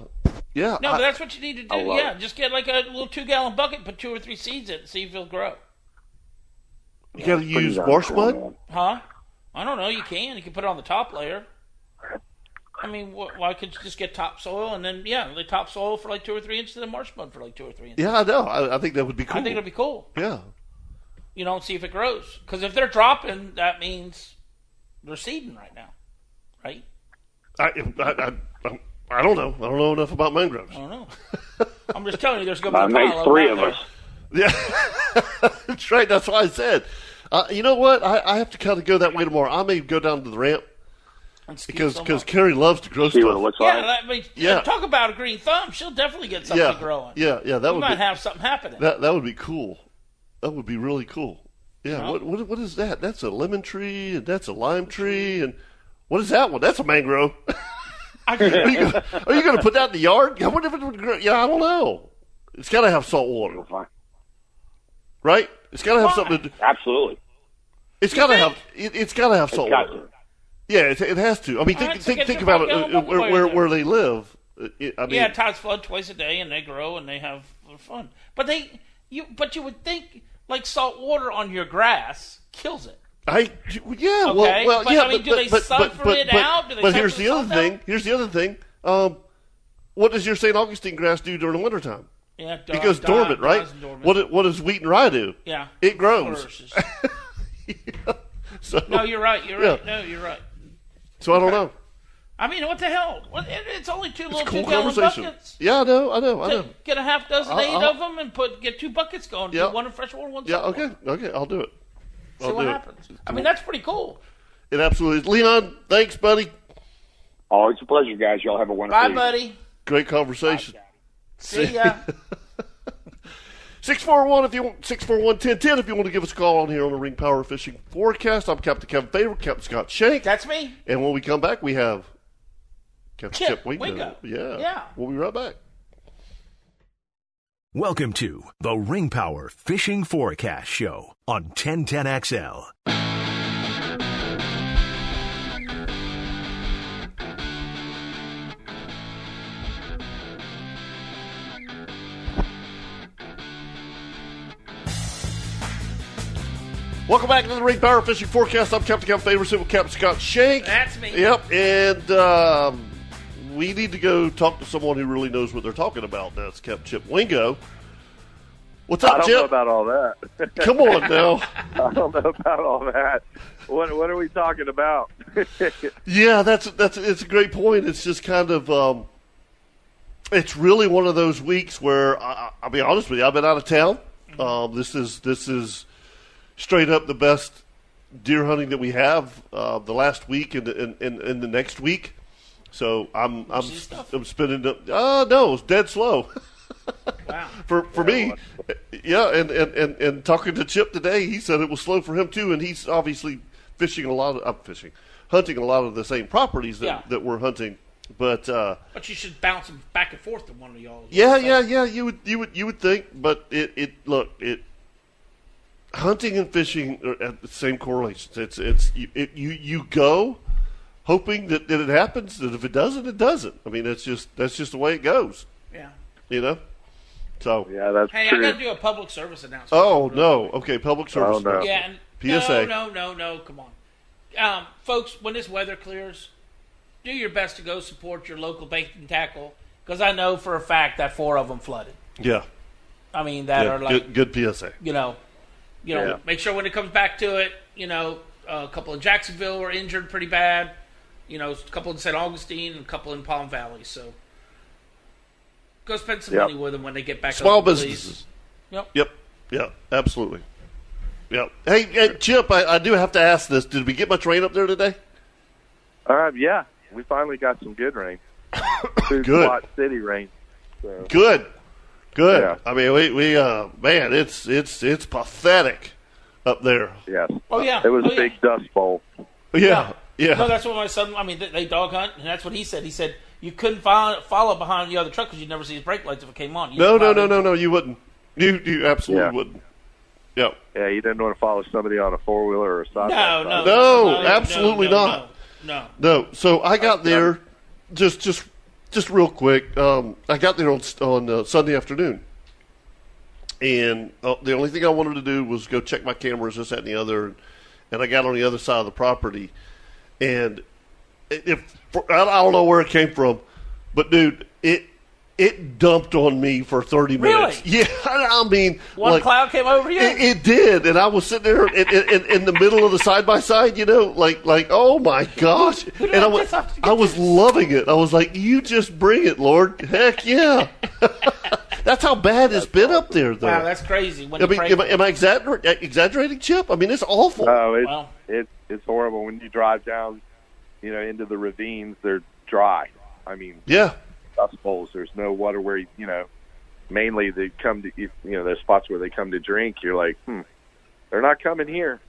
A: yeah.
D: No,
A: I-
D: but that's what you need to do.
G: I love
D: Yeah,
G: it.
D: just get like a little two gallon bucket, put two or three seeds in, it, see if they'll grow.
A: you got to
G: Pretty
A: use
G: darn
A: marsh
G: cool,
A: mud.
G: man.
D: Huh? I don't know. You can. You can put it on the top layer. I mean, wh- why could you just get topsoil and then, yeah, the topsoil for like two or three inches and then marsh mud for like two or three inches?
A: Yeah, I know. I, I think that would be cool.
D: I think it'll be cool.
A: yeah,
D: You know, and see if it grows. Because if they're dropping, that means they're seeding right now, right?
A: I, I, I, I, I don't know. I don't know enough about mangroves.
D: I don't know. I'm just telling you, there's going to
G: I
D: be a
G: made
D: pile
G: Uh, three
D: them
G: of
D: out
G: us.
A: Yeah, that's right. That's why I said. Uh, you know what? I, I have to kind of go that way tomorrow. I may go down to the ramp
D: there and scoop
A: because
D: some
A: because
D: up.
A: Carrie loves to grow
G: See what it
A: stuff.
G: looks
D: yeah,
G: like.
D: that, I mean,
A: Yeah.
D: talk about a green thumb. She'll definitely get something
A: Yeah,
D: growing.
A: yeah, yeah. That
D: we
A: would
D: might
A: be
D: have something happening.
A: that that would be cool. That would be really cool. Yeah. What, what what is that? That's a lemon tree and that's a lime tree and what is that one? That's a mangrove.
D: I agree.
A: Are you, gonna- are you going to put that in the yard? I wonder if it would grow. Yeah, I don't know. It's got to have salt water, right? It's got to have something. To,
G: Absolutely.
A: it's got to have. It, it's got to have salt
G: Got
A: water.
G: to.
A: Yeah, it, it has to. I mean, think
D: right, so
A: think,
D: get
A: think
D: your
A: about it.
D: five-gallon
A: uh,
D: bucket
A: where
D: while
A: where,
D: you're
A: where they live. Uh, it- I mean,
D: yeah, tides flood twice a day, and they grow and they have fun. But they, you, but you would think like salt water on your grass kills it.
A: I yeah.
D: Okay,
A: well, well,
D: but,
A: yeah.
D: I mean,
A: but,
D: do
A: but,
D: they
A: but,
D: sun
A: but,
D: for
A: but,
D: it
A: but,
D: out? Do they
A: but
D: sun
A: here's
D: for the
A: the other
D: sun out?
A: thing. Here's the other thing. Um, what does your St. Augustine grass do during the wintertime?
D: Yeah, it
A: It goes dormant, right?
D: dormant.
A: What what does wheat and rye do?
D: yeah,
A: it grows.
D: Flourishes.
A: So
D: no, you're right. You're
A: Yeah.
D: right. No, you're right.
A: so I don't know.
D: I mean, what the hell? What, it, it's only two little
A: Cool
D: two gallon
A: conversation.
D: buckets.
A: Yeah, I know. I know. I know.
D: Get, get a half dozen,
A: I'll-
D: eight
A: I'll-
D: of them, and put get two buckets going.
A: Yeah.
D: Do one in fresh water, one
A: Yeah.
D: salt
A: Okay.
D: water.
A: Okay. I'll do it.
D: See
A: I'll
D: what
A: do it.
D: happens. I mean, that's pretty cool.
A: It absolutely is. Leon, thanks, buddy.
G: Always a pleasure, guys. Y'all have a wonderful
D: Bye,
G: evening.
D: buddy.
A: Great conversation.
D: See ya.
A: 641 if you want 641 1010 if you want to give us a call on here on the Ring Power Fishing Forecast. I'm Captain Kevin Favor, Captain Scott Shank.
D: that's me.
A: And when we come back, we have Captain
D: Chip
A: Chip Wingo.
D: Wingo.
A: Yeah.
D: Yeah.
A: We'll be right back.
B: Welcome to the Ring Power Fishing Forecast Show on 1010XL.
A: Welcome back to the Ring Power Fishing Forecast. I'm Captain Kevin Favor, sitting with Captain Scott Shank.
D: That's me.
A: Yep. And um, we need to go talk to someone who really knows what they're talking about. That's Captain Chip Wingo. What's up,
E: I don't
A: Chip?
E: know about all that.
A: Come on now.
E: I don't know about all that. What what are we talking about?
A: Yeah, that's that's it's a great point. It's just kind of um, it's really one of those weeks where I, I- I'll be honest with you, I've been out of town. Uh, this is this is straight up the best deer hunting that we have uh, the last week and and, and and the next week. So I'm I'm I'm spending. the- Oh no, it's dead slow. for for me, yeah, and, and, and, and talking to Chip today, he said it was slow for him too, and he's obviously fishing a lot of up fishing, hunting a lot of the same properties that,
D: Yeah.
A: that we're hunting. But uh,
D: But you should bounce them back and forth to one of y'all.
A: yeah, yeah, yeah. You would, you would, you would think, but it, it look it. Hunting and fishing are at the same correlations. It's, it's you, it, you, you go hoping that, that it happens. That if it doesn't, it doesn't. I mean, that's just that's just the way it goes.
D: Yeah.
A: You know. So
G: Yeah, that's
D: Hey,
G: true.
D: I got to do a public service announcement.
A: Oh no. Okay, public service.
G: no.
A: announcement.
D: Yeah, and
A: PSA.
D: No, no, no, no. Come on, um, folks. When this weather clears, do your best to go support your local bait and tackle because I know for a fact that four of them flooded.
A: Yeah.
D: I mean, that
A: yeah.
D: are like
A: good, good PSA.
D: you know, you know,
G: Yeah.
D: make sure when it comes back to it, you know, a couple in Jacksonville were injured pretty bad. You know, a couple in St. Augustine and a couple in Palm Valley. So go spend some
G: Yep.
D: money with them when they get back.
A: Small
D: open, please.
A: businesses.
D: Yep.
A: Yep. Yeah. Absolutely. Yep. Hey, hey Chip, I, I do have to ask this. Did we get much rain up there today?
H: Uh, yeah, we finally got some good rain. Two
A: Good.
H: spot city rain. So,
A: Good. Good.
H: Yeah.
A: I mean, we, we uh man, it's it's it's pathetic up there.
H: yes.
D: Oh yeah,
H: It was
D: Oh,
H: a
D: yeah.
H: big dust bowl.
A: Yeah. Yeah.
D: No, that's what my son. I mean, they, they dog hunt, and that's what he said. He said you couldn't follow, follow behind the other truck because you'd never see his brake lights if it came on. You
A: no,
D: just
A: no,
D: followed
A: no,
D: him.
A: no, no, you wouldn't. You you absolutely
H: Yeah.
A: wouldn't. Yep.
H: Yeah, you didn't want to follow somebody on a four wheeler or a side.
D: No, no,
A: No,
D: not even-
A: absolutely
D: no,
A: not.
D: No, no.
A: No, so I got there just just just real quick. Um, I got there on on uh, Sunday afternoon, and uh, the only thing I wanted to do was go check my cameras, this, that, and the other. And I got on the other side of the property, and if I I don't know where it came from, but dude, it it dumped on me for thirty
D: Really?
A: minutes. Yeah, I mean,
D: One
A: like,
D: cloud came over you.
A: it, it did, and I was sitting there in, in, in, in the middle of the side by side, you know, like like oh my gosh, and I was I was loving it. I was like, you just bring it, Lord, heck yeah. that's how bad it's been up there, though.
D: wow, that's crazy. When
A: I
D: you
A: mean,
D: pray-
A: am I, am I exagger- exaggerating, Chip? I mean, it's awful.
H: Oh, it's
D: Wow.
H: it's it's horrible when you drive down, you know, into the ravines. They're dry. I mean,
A: yeah,
H: dust bowls. There's no water where you, you know. Mainly, they come to you you know those spots where they come to drink. You're like, hmm, they're not coming here.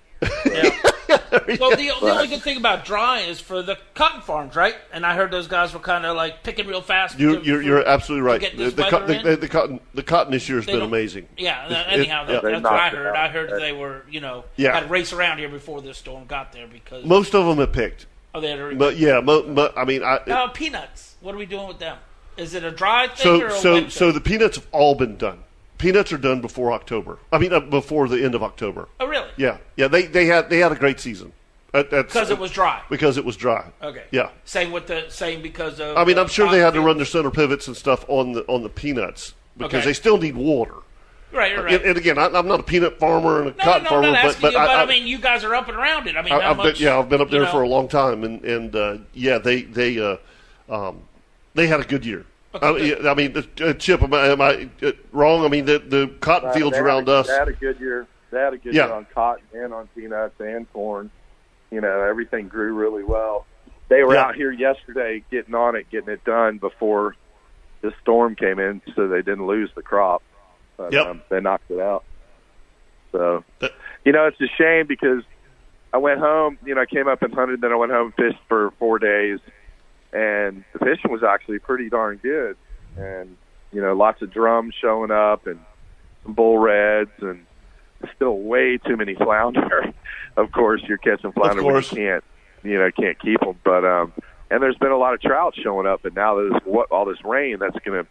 D: Well, the, the only good thing about dry is for the cotton farms, right? And I heard those guys were kind of like picking real fast.
A: you,
D: to-
A: you're you're absolutely right.
D: get
A: The,
D: this
A: the, co-
D: weather
A: the, the,
D: in?
A: cotton the cotton this year has been
D: don't-
A: amazing.
D: Yeah.
A: It's- it-
D: anyhow, that,
A: yeah.
D: that's what I
H: knocked it
D: heard.
H: out.
D: I heard that they were, you know,
A: Yeah.
D: had to race around here before this storm got there because
A: most of them have picked,
D: oh, they had to-
A: but yeah, mo- mo- I mean, I,
D: Now, peanuts. What are we doing with them? Is it a dry thing or
A: so
D: a
A: so
D: wet
A: so
D: thing?
A: the peanuts have all been done. Peanuts are done before October. I mean, uh, before the end of October.
D: oh, really?
A: Yeah, yeah. They they had they had a great season. That- that's-
D: Because it was dry.
A: because it was dry.
D: Okay.
A: Yeah.
D: Same with the same because of.
A: I mean, I'm sure they had to run their
D: the
A: center pivots and stuff on the on the peanuts because
D: Okay.
A: they still need water.
D: right, right. right.
A: And, and again, I, I'm not a peanut farmer and a
D: no,
A: cotton
D: no, no,
A: farmer,
D: I'm not
A: but
D: asking
A: but
D: you,
A: I,
D: but I,
A: I-
D: mean, you guys are up and around it. I mean,
A: I,
D: how
A: have
D: much,
A: been, yeah, I've been up
D: you
A: there
D: know?
A: for a long time, and and uh, yeah, they they uh, um, they had a good year. I, mean, I mean, uh, Chip, am I, am I uh, wrong? I mean, the the cotton fields
H: They had
A: around
H: a,
A: us.
H: They had a good year. They had a good
A: Yeah.
H: year on cotton and on peanuts and corn. You know, everything grew really well. They were
A: Yeah.
H: out here yesterday getting on it, getting it done before the storm came in, so they didn't lose the crop. But,
A: Yep.
H: um, they knocked it out. So,
A: That-
H: you know, it's a shame because I went home. You know, I came up and hunted, then I went home and fished for four days, and the fishing was actually pretty darn good. And you know, lots of drums showing up and some bull reds and still way too many flounder. of course, you're catching flounder when
A: course.
H: you can't, you know, can't keep them. But um, and there's been a lot of trout showing up, and now there's what all this rain that's going to,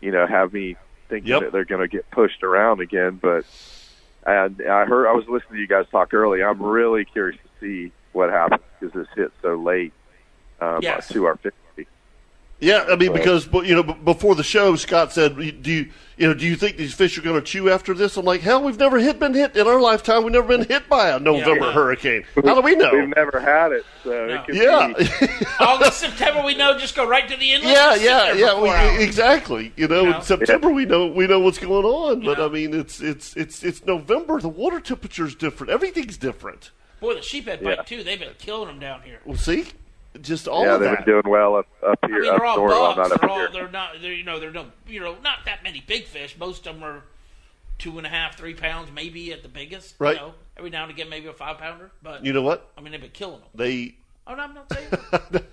H: you know, have me thinking
A: Yep.
H: that they're going to get pushed around again. But and I heard I was listening to you guys talk early. I'm really curious to see what happens because this hit so late um,
D: Yes.
H: to our 50.
A: Yeah, I mean
G: But-
A: because but, you know b- before the show, Scott said, "Do you you know do you think these fish are going to chew after this?" I'm like, "Hell, we've never hit been hit in our lifetime. We've never been hit by a November
D: Yeah.
A: hurricane. How do we
H: We've
A: know?"
H: never had it, so it could
A: Yeah,
H: be.
D: August, September, we know. Just go right to the inlet.
A: yeah,
D: and sit
A: yeah,
D: there for
A: yeah.
D: four hours.
A: We, exactly. You know,
D: know?
A: in September we know we know what's going on, but I mean it's it's it's it's November. The water temperature's different. Everything's different.
D: Boy, the sheephead bite
H: Yeah.
D: too. They've been killing them down here.
A: Well, see, just all
H: yeah,
A: of
H: they've
A: that.
H: been doing well up, up
D: I
H: here,
D: mean, they're
H: up
D: all
H: north, well,
D: bugs.
H: not
D: They're
H: up
D: all
H: here.
D: they're not. They're you know they're no you know not that many big fish. Most of them are two and a half, three pounds, maybe at the biggest.
A: Right.
D: You know, every now and again, maybe a five pounder. But
A: you know what?
D: I mean, they've been killing them.
A: They
D: Oh no, I'm not saying.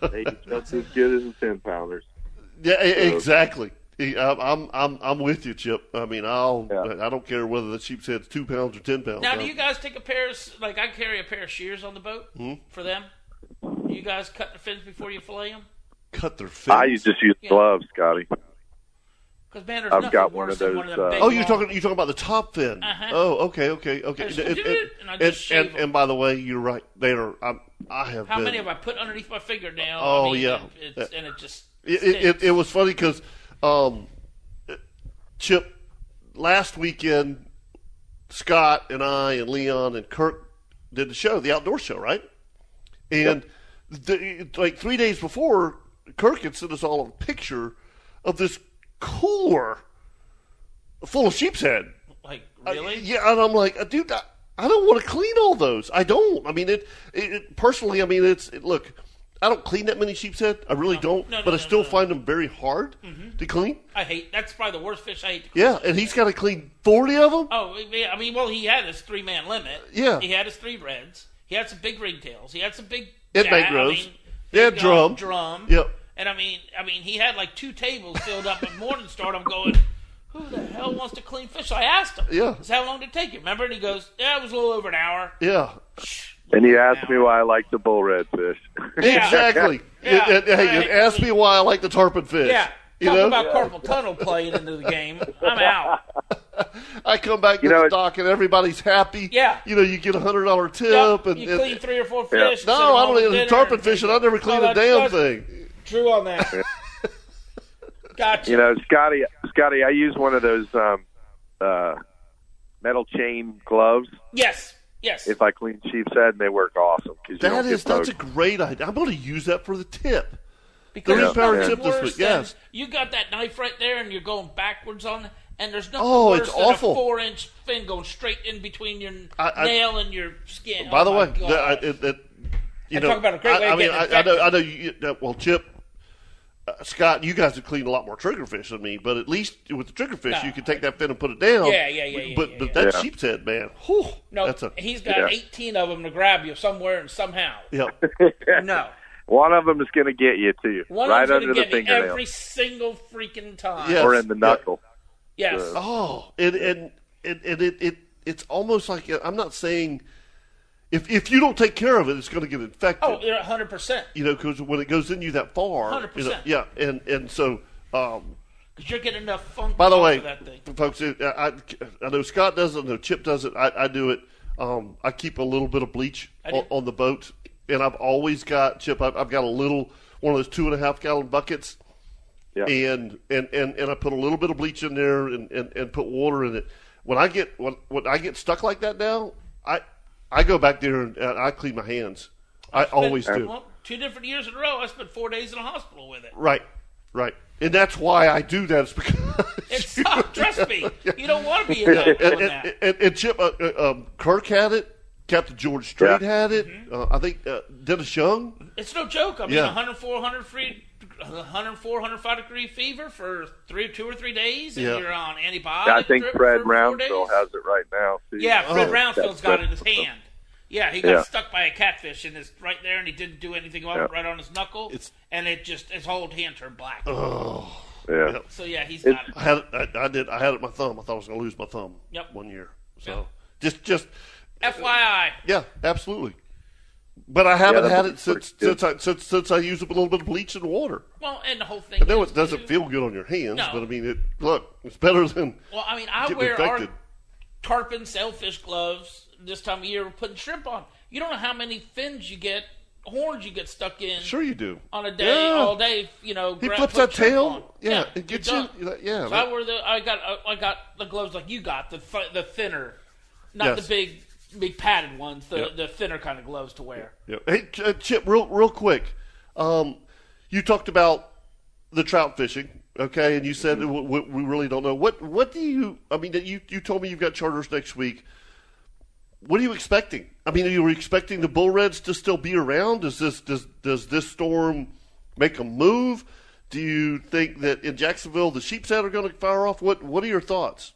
H: They- That's as good as the ten pounders.
A: Yeah, e- exactly. E- I'm I'm- I'm I'm with you, Chip. I mean, I'll I don't care whether the sheep's head's two pounds or ten pounds.
D: now,
A: I-
D: do you guys take a pair of s- like I carry a pair of shears on the boat
A: Hmm?
D: for them? Do you guys cut the fins before you fillet them?
A: cut their fins?
H: I just use
D: Yeah.
H: gloves, Scotty.
D: Because man, there's
H: I've
D: nothing
H: got one
D: worse
H: of
D: than one of
H: those,
D: them.
H: uh,
D: big
A: oh, you're
D: long-
A: talking you're talking about the top fin.
D: Uh-huh.
A: Oh, okay, okay, okay.
D: I just
A: And,
D: do
A: and-
D: it, and I just
A: and-
D: shave
A: and-
D: 'em.
A: and by the way, you're right. They are. I'm, I have.
D: How
A: been,
D: many have I put underneath my fingernail?
A: Oh,
D: I mean,
A: yeah.
D: it- it's, and it just
A: It, it,
D: stinks.
A: it, it was funny because um, Chip last weekend, Scott and I and Leon and Kirk did the show, the outdoor show, right? And the, like three days before, Kirk had sent us all a picture of this cooler full of sheep's head.
D: like
A: I-
D: really.
A: Uh, yeah, and I'm like, uh, dude, I, I don't want to clean all those. I don't. I mean, it, it, it- personally. I mean, it's it, look. I don't clean that many sheep's head. I really don't.
D: No, no,
A: but I
D: no,
A: still
D: no. Mm-hmm.
A: find them very hard to clean.
D: I hate. That's probably the worst fish I hate. To
A: Yeah, and he's got to clean forty of them.
D: Oh, yeah, I mean, well, he had his three man limit.
A: Yeah.
D: He had his three reds. He had some big ringtails. He had some big.
A: It
D: yeah,
A: mangroves.
D: I mean,
A: They had
D: big, uh,
A: drum.
D: Drum.
A: Yep.
D: And I mean, I mean, he had like two tables filled up at Morningstar. I'm going, who the hell wants to clean fish? So I asked him.
A: Yeah.
D: I said, how long did it take you? Remember? And he goes, yeah, it was a little over an hour.
A: Yeah,
H: And you asked me why I like the bull redfish.
A: exactly.
D: Yeah.
A: And- and- hey, and
D: Right.
A: ask me why I like the tarpon fish.
D: Yeah.
A: You
D: Talk
A: know,
D: about carpal tunnel playing into the game. I'm out.
A: I come back to
H: know,
A: the
H: it-
A: dock and everybody's happy.
D: Yeah.
A: you know, you get a hundred dollar tip, and,
D: you
A: and-
D: clean three or four fish.
H: Yeah.
D: and send them
A: no, I
D: home to
A: don't eat
D: dinner
A: tarpon
D: and-
A: fishing. I never clean
D: Oh,
A: a damn
D: that's- that's
A: thing.
D: True on that. gotcha.
H: You know, Scotty, Scotty, I use one of those um, uh, metal chain gloves
D: yes. Yes.
H: if I clean sheep's head, and they work awesome because you
A: That
H: don't
A: is
H: get bugs.
A: that's a great idea. I'm going to use that for the tip.
D: Because
A: There is
D: there's
A: power
D: nothing
A: tip this
D: worse
A: week,
D: than-
A: yes.
D: You got that knife right there, and you're going backwards on it, and there's nothing
A: Oh,
D: worse
A: it's
D: than
A: awful.
D: a four-inch fin going straight in between your
A: I- I-
D: nail and your skin.
A: By
D: Oh
A: the
D: my
A: way,
D: God.
A: that, I, it, that, you
D: And
A: know,
D: talk about a great
A: I,
D: way
A: I
D: of
A: mean,
D: getting
A: I, I know, I know. You, that, well, Chip, uh, Scott, you guys have cleaned a lot more triggerfish than me, but at least with the triggerfish,
D: No.
A: you can take that fin and put it down.
D: Yeah, yeah, yeah, yeah,
A: But
D: yeah,
A: but
D: yeah.
A: that
H: Yeah.
A: sheep's head, man. Whew,
D: no,
A: that's a
D: he's got
H: Yeah.
D: 18 of them to grab you somewhere and somehow.
A: yeah.
D: No,
H: One of them is going to get you too,
D: one
H: right
D: of them's
H: under
D: gonna
H: the
D: get me
H: fingernail
D: every single freaking time.
A: Yeah.
H: or in the
A: Yeah.
H: knuckle.
D: Yes.
A: Oh, and and and, and it, it it's almost like uh, I'm not saying if if you don't take care of it, it's going to get infected.
D: Oh, you're 100. percent
A: you know, because when it goes in you that far, you know,
D: 100%.
A: yeah, and and so. Um,
D: Because you're getting enough funk.
A: By the
D: off
A: way,
D: of that thing.
A: folks, it- I, I know Scott does it. I know Chip does it. I, I do it. Um, I keep a little bit of bleach
D: do.
A: on, on the boat, and I've always got Chip. I've, I've got a little one of those two and a half gallon buckets,
H: Yeah.
A: and, and and and I put a little bit of bleach in there and, and, and put water in it. When I get when, when I get stuck like that now, I I go back there and, and I clean my hands. I always do.
D: Well, two different years in a row, I spent four days in a hospital with it.
A: Right, right, and that's why I do that. Is because
D: It sucked. oh, Trust me, you don't want to be in that.
A: and,
D: doing that.
A: and, and, and Chip, uh, uh, um, Kirk had it. Captain George Strait
H: Yeah.
A: had it.
D: Mm-hmm.
A: Uh, I think uh, Dennis Young.
D: It's no joke. I mean,
A: Yeah.
D: 104, 103, 104, 105 degree fever for three, two or three days, and
A: Yeah.
D: you're on antibiotics.
H: I think
D: for-
H: Fred
D: for four
H: Roundsville
D: days.
H: has it right now. Too.
D: Yeah, Fred
A: Oh.
D: Roundsville's
H: That's
D: got it
H: Fred
D: in his hand. Yeah, he got
H: Yeah.
D: stuck by a catfish and it's right there, and he didn't do anything about it,
H: Yeah.
D: right on his knuckle,
A: It's-
D: and it just his whole hand turned black.
H: yeah.
D: So yeah, he's got it.
A: I had it. I, I did. I had it. in My thumb. I thought I was going to lose my thumb.
D: Yep.
A: One year. So
D: Yeah.
A: just, just,
D: FYI,
A: yeah, absolutely. But I haven't
H: that
A: had
H: would
A: it
H: be
A: since
H: pretty good.
A: since I since since I used a little bit of bleach and water.
D: well, and the whole thing.
A: I know
D: is,
A: it doesn't
D: too-
A: feel good on your hands,
D: No.
A: but I mean, it look, it's better than
D: Well, I mean, I
A: getting
D: wear our
A: infected.
D: tarpon sailfish gloves this time of year. We're putting shrimp on. You don't know how many fins you get horns you get stuck in.
A: Sure you do.
D: On a day,
A: Yeah.
D: all day, you know.
A: He
D: grab-
A: flips
D: put
A: that
D: shrimp
A: tail.
D: on.
A: Yeah, it gets
D: you're
A: you-
D: done.
A: yeah,
D: So
A: that-
D: I wore the. I got. uh, I got the gloves like you got the fi- the thinner, not
A: Yes.
D: the big big padded ones. The
A: Yep.
D: the thinner kind of gloves to wear.
A: Yeah. Hey, Ch- uh, Chip, real real quick. Um, you talked about the trout fishing, okay? And you said that we, we really don't know what what do you? I mean, that you you told me you've got charters next week. What are you expecting? I mean, are you expecting the bull reds to still be around? Does this does does this storm make a move? Do you think that in Jacksonville the sheep's head are going to fire off? What what are your thoughts?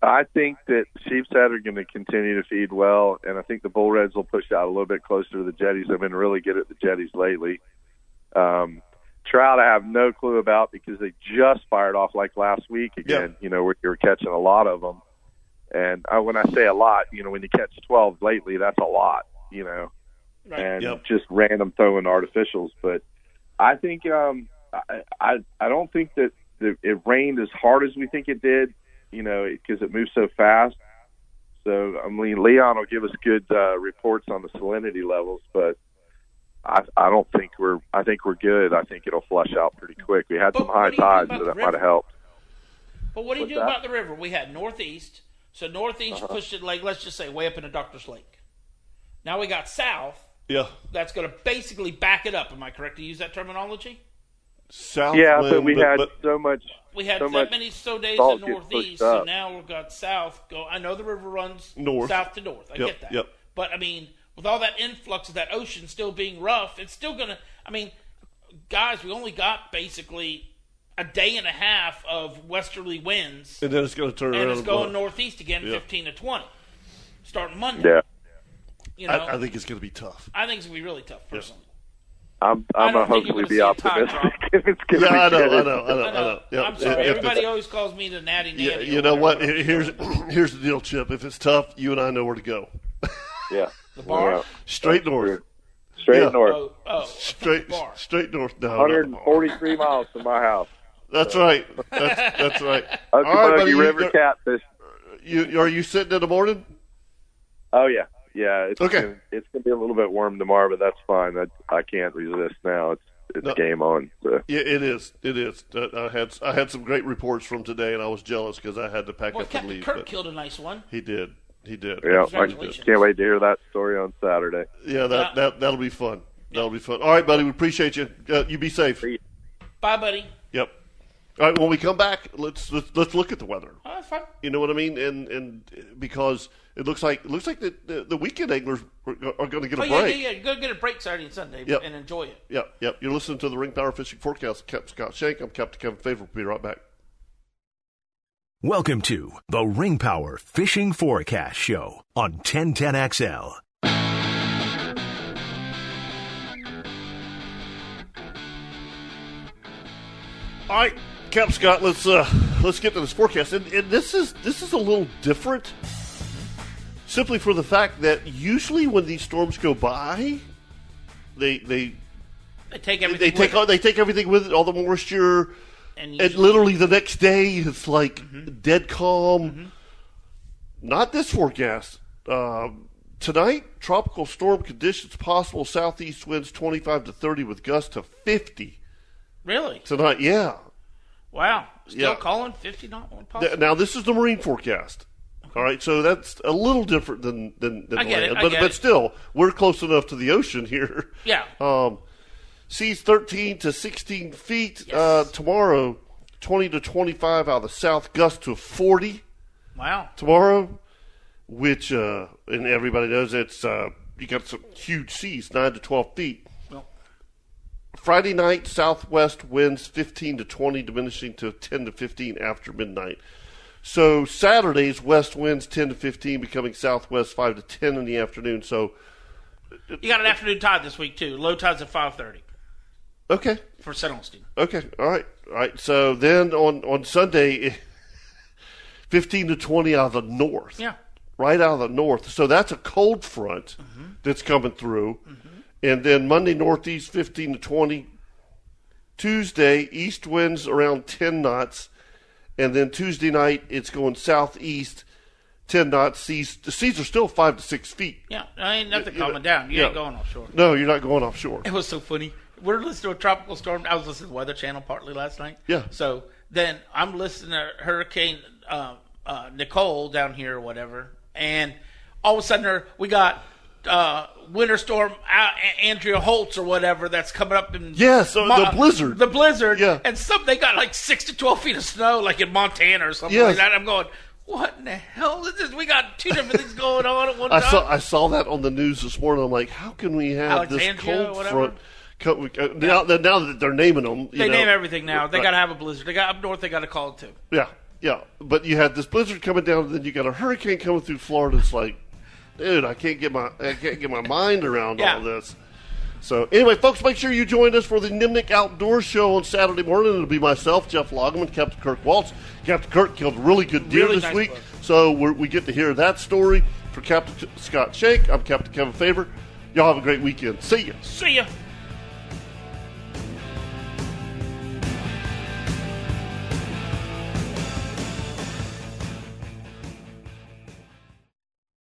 H: I think that sheep's head are going to continue to feed well, and I think the bull reds will push out a little bit closer to the jetties. They've been really good at the jetties lately. Um, trout, I have no clue about because they just fired off like last week again. You know where you were catching a lot of them, and I, when I say a lot, you know when you catch twelve lately, that's a lot. You know,
D: Right.
H: and
A: Yep.
H: just random throwing artificials. But I think um, I, I I don't think that the, it rained as hard as we think it did. You know, because it moved so fast. So I mean, Leon will give us good uh, reports on the salinity levels, but I I don't think we're I think we're good. I think it'll flush out pretty quick. We had
D: But
H: some
D: what
H: high
D: do you think
H: tides,
D: about
H: so
D: the
H: that might
D: river?
H: have helped.
D: But what do you
H: What's
D: do
H: that? Uh-huh.
D: about the river? We had northeast, so northeast pushed it like let's just say way up into Doctor's Lake. Now we got south.
A: Yeah,
D: That's going to basically back it up. Am I correct to use that terminology?
A: south.
H: Yeah,
A: wind,
H: but we
A: but-
H: had
A: but-
H: so much.
D: We had
H: So
D: that
H: much
D: many so days
H: salt
D: in
H: gets pushed
D: northeast, so
H: up.
D: now we've got south. Go. I know the river runs
A: North.
D: south to north. I
A: Yep,
D: get that.
A: yep.
D: But I mean, with all that influx of that ocean still being rough, it's still gonna. I mean, guys, we only got basically a day and a half of westerly winds,
A: and then it's going to turn
D: and
A: around.
D: it's
A: and
D: going
A: blow.
D: northeast again,
A: Yeah.
D: fifteen to twenty, starting Monday.
H: Yeah,
D: You know,
A: I, I think it's going to be tough.
D: I think it's gonna be really tough personally.
H: I'm
D: I
H: I'm
D: don't
H: gonna
D: think you're
H: hopefully
D: gonna
H: be
D: see a tide
H: optimistic.
D: drop.
H: it's gonna
A: Yeah,
H: be
A: I know,
H: good.
A: I know, I know, I
D: I
A: know.
D: know.
A: Yeah,
D: I'm sorry.
A: yeah,
D: Everybody always calls me the natty nanny.
A: Yeah,
D: or
A: you know what?
D: whatever.
A: Here- Here's here's the deal, Chip. If it's tough, you and I know where to go.
H: Yeah.
D: The bar?
H: Yeah.
A: Straight north.
H: Straight
A: Yeah.
H: north.
D: Oh, oh,
A: Straight
D: bar.
A: straight north. No, not the bar.
H: 143 miles from my house.
A: That's right. That's, that's right. All right, buddy,
H: Okeechobee
A: you-
H: River catfish.
A: you, are you sitting in the morning?
H: Oh yeah, yeah. It's
A: Okay.
H: Gonna, it's gonna be a little bit warm tomorrow, but that's fine. I I can't resist now. It's it's
A: No.
H: game on. So.
A: Yeah, it is. It is. Uh, I had I had some great reports from today, and I was jealous because I had to pack
D: Well,
A: up
D: Captain
A: and leave.
D: Kirk
A: but
D: killed a nice one.
A: he did. He did.
H: Yeah, I
D: Congratulations.
H: can't wait to hear that story on Saturday.
A: Yeah. That,
D: Yeah.
A: that that'll be fun. That'll be fun. All right, buddy. We appreciate you. Uh, you be safe.
D: Bye, buddy.
A: Yep. All right. When we come back, let's let's, let's look at the weather.
D: Oh, that's fine.
A: You know what I mean? And and because it looks like it looks like the the, the weekend anglers are, are going to get a
D: Oh,
A: break.
D: yeah, yeah, yeah. Go get a break Saturday and Sunday
A: Yep.
D: and enjoy it.
A: Yep, yep. You're listening to the Ring Power Fishing Forecast. Captain Scott Shank. I'm Captain Kevin Favor. We'll be right back.
B: Welcome to the Ring Power Fishing Forecast Show on 1010XL.
A: All right, Captain Scott. Let's uh, let's get to this forecast. And, and this is this is a little different, simply for the fact that usually when these storms go by, they they
D: They take
A: they
D: everything.
A: take
D: with
A: all, they take everything with it, all the moisture.
D: it. and Mm-hmm.
A: And
D: usually-
A: literally the next day, it's like dead calm.
D: Mm-hmm.
A: Not this forecast. Um tonight, tropical storm conditions possible. Southeast winds 25 to 30 with gusts to 50
D: really?
A: tonight. Yeah.
D: Wow. Still
A: Yeah.
D: calling fifty not one
A: Th-
D: possible.
A: Now this is the marine forecast. All right, so that's a little different than than, than
D: I
A: the
D: get it,
A: land,
D: I
A: but
D: get
A: but
D: it.
A: still, we're close enough to the ocean here.
D: Yeah.
A: Um, seas 13 to 16 feet uh, tomorrow, 20 to 25 out of the south, gust to 40
D: Wow.
A: tomorrow, which, uh, and everybody knows it's, uh, you got some huge seas, 9 to 12 feet.
D: Well,
A: Friday night, southwest winds 15 to 20, diminishing to 10 to 15 after midnight. So Saturday's west winds 10 to 15, becoming southwest 5 to 10 in the afternoon. So,
D: you got an afternoon tide this week too. Low tides at five thirty
A: okay,
D: for St. Augustine.
A: Okay. All right. All right. So then on, on Sunday, 15 to 20 out of the north.
D: Yeah.
A: Right out of the north. So that's a cold front
D: Mm-hmm.
A: that's coming through. And then Monday, northeast, 15 to 20. Tuesday, east winds around 10 knots. And then Tuesday night, it's going southeast ten knots. Seas the seas are still five to six feet.
D: Yeah, I ain't nothing
A: You know,
D: coming down. You ain't
A: yeah.
D: going offshore.
A: No, you're not going offshore.
D: It was so funny. We're listening to a tropical storm. I was listening to Weather Channel partly last night.
A: Yeah.
D: So then I'm listening to Hurricane uh, uh, Nicole down here or whatever, and all of a sudden there- we got uh, Winter Storm uh, A- Andrea Holtz or whatever that's coming up in
A: Yeah, so the blizzard.
D: the blizzard,
A: Yeah.
D: and some they got like six to twelve feet of snow, like in Montana or something
A: Yes.
D: like that. I'm going. What in the hell is this? We got two different things going on at one
A: I
D: time.
A: saw I saw that on the news this morning. I'm like, how can we have this
D: Alexandria,
A: cold
D: whatever?
A: front? co- uh, Now, now that they're naming them, you
D: they
A: know.
D: name everything now. They
A: Right.
D: got to have a blizzard. They got up north. They got to call it too.
A: Yeah, yeah. But you had this blizzard coming down, and then you got a hurricane coming through Florida. It's like, dude, I can't get my I can't get my mind around
D: Yeah.
A: all this. So anyway, folks, make sure you join us for the Nimnik Outdoor Show on Saturday morning. It'll be myself, Jeff Logman, Captain Kirk Waltz. Captain Kirk killed a really good deer
D: Really
A: this
D: nice
A: week,
D: buck.
A: so we're, we get to hear that story. For Captain Scott Shake, I'm Captain Kevin Favor. Y'all have a great weekend. See ya.
D: See ya.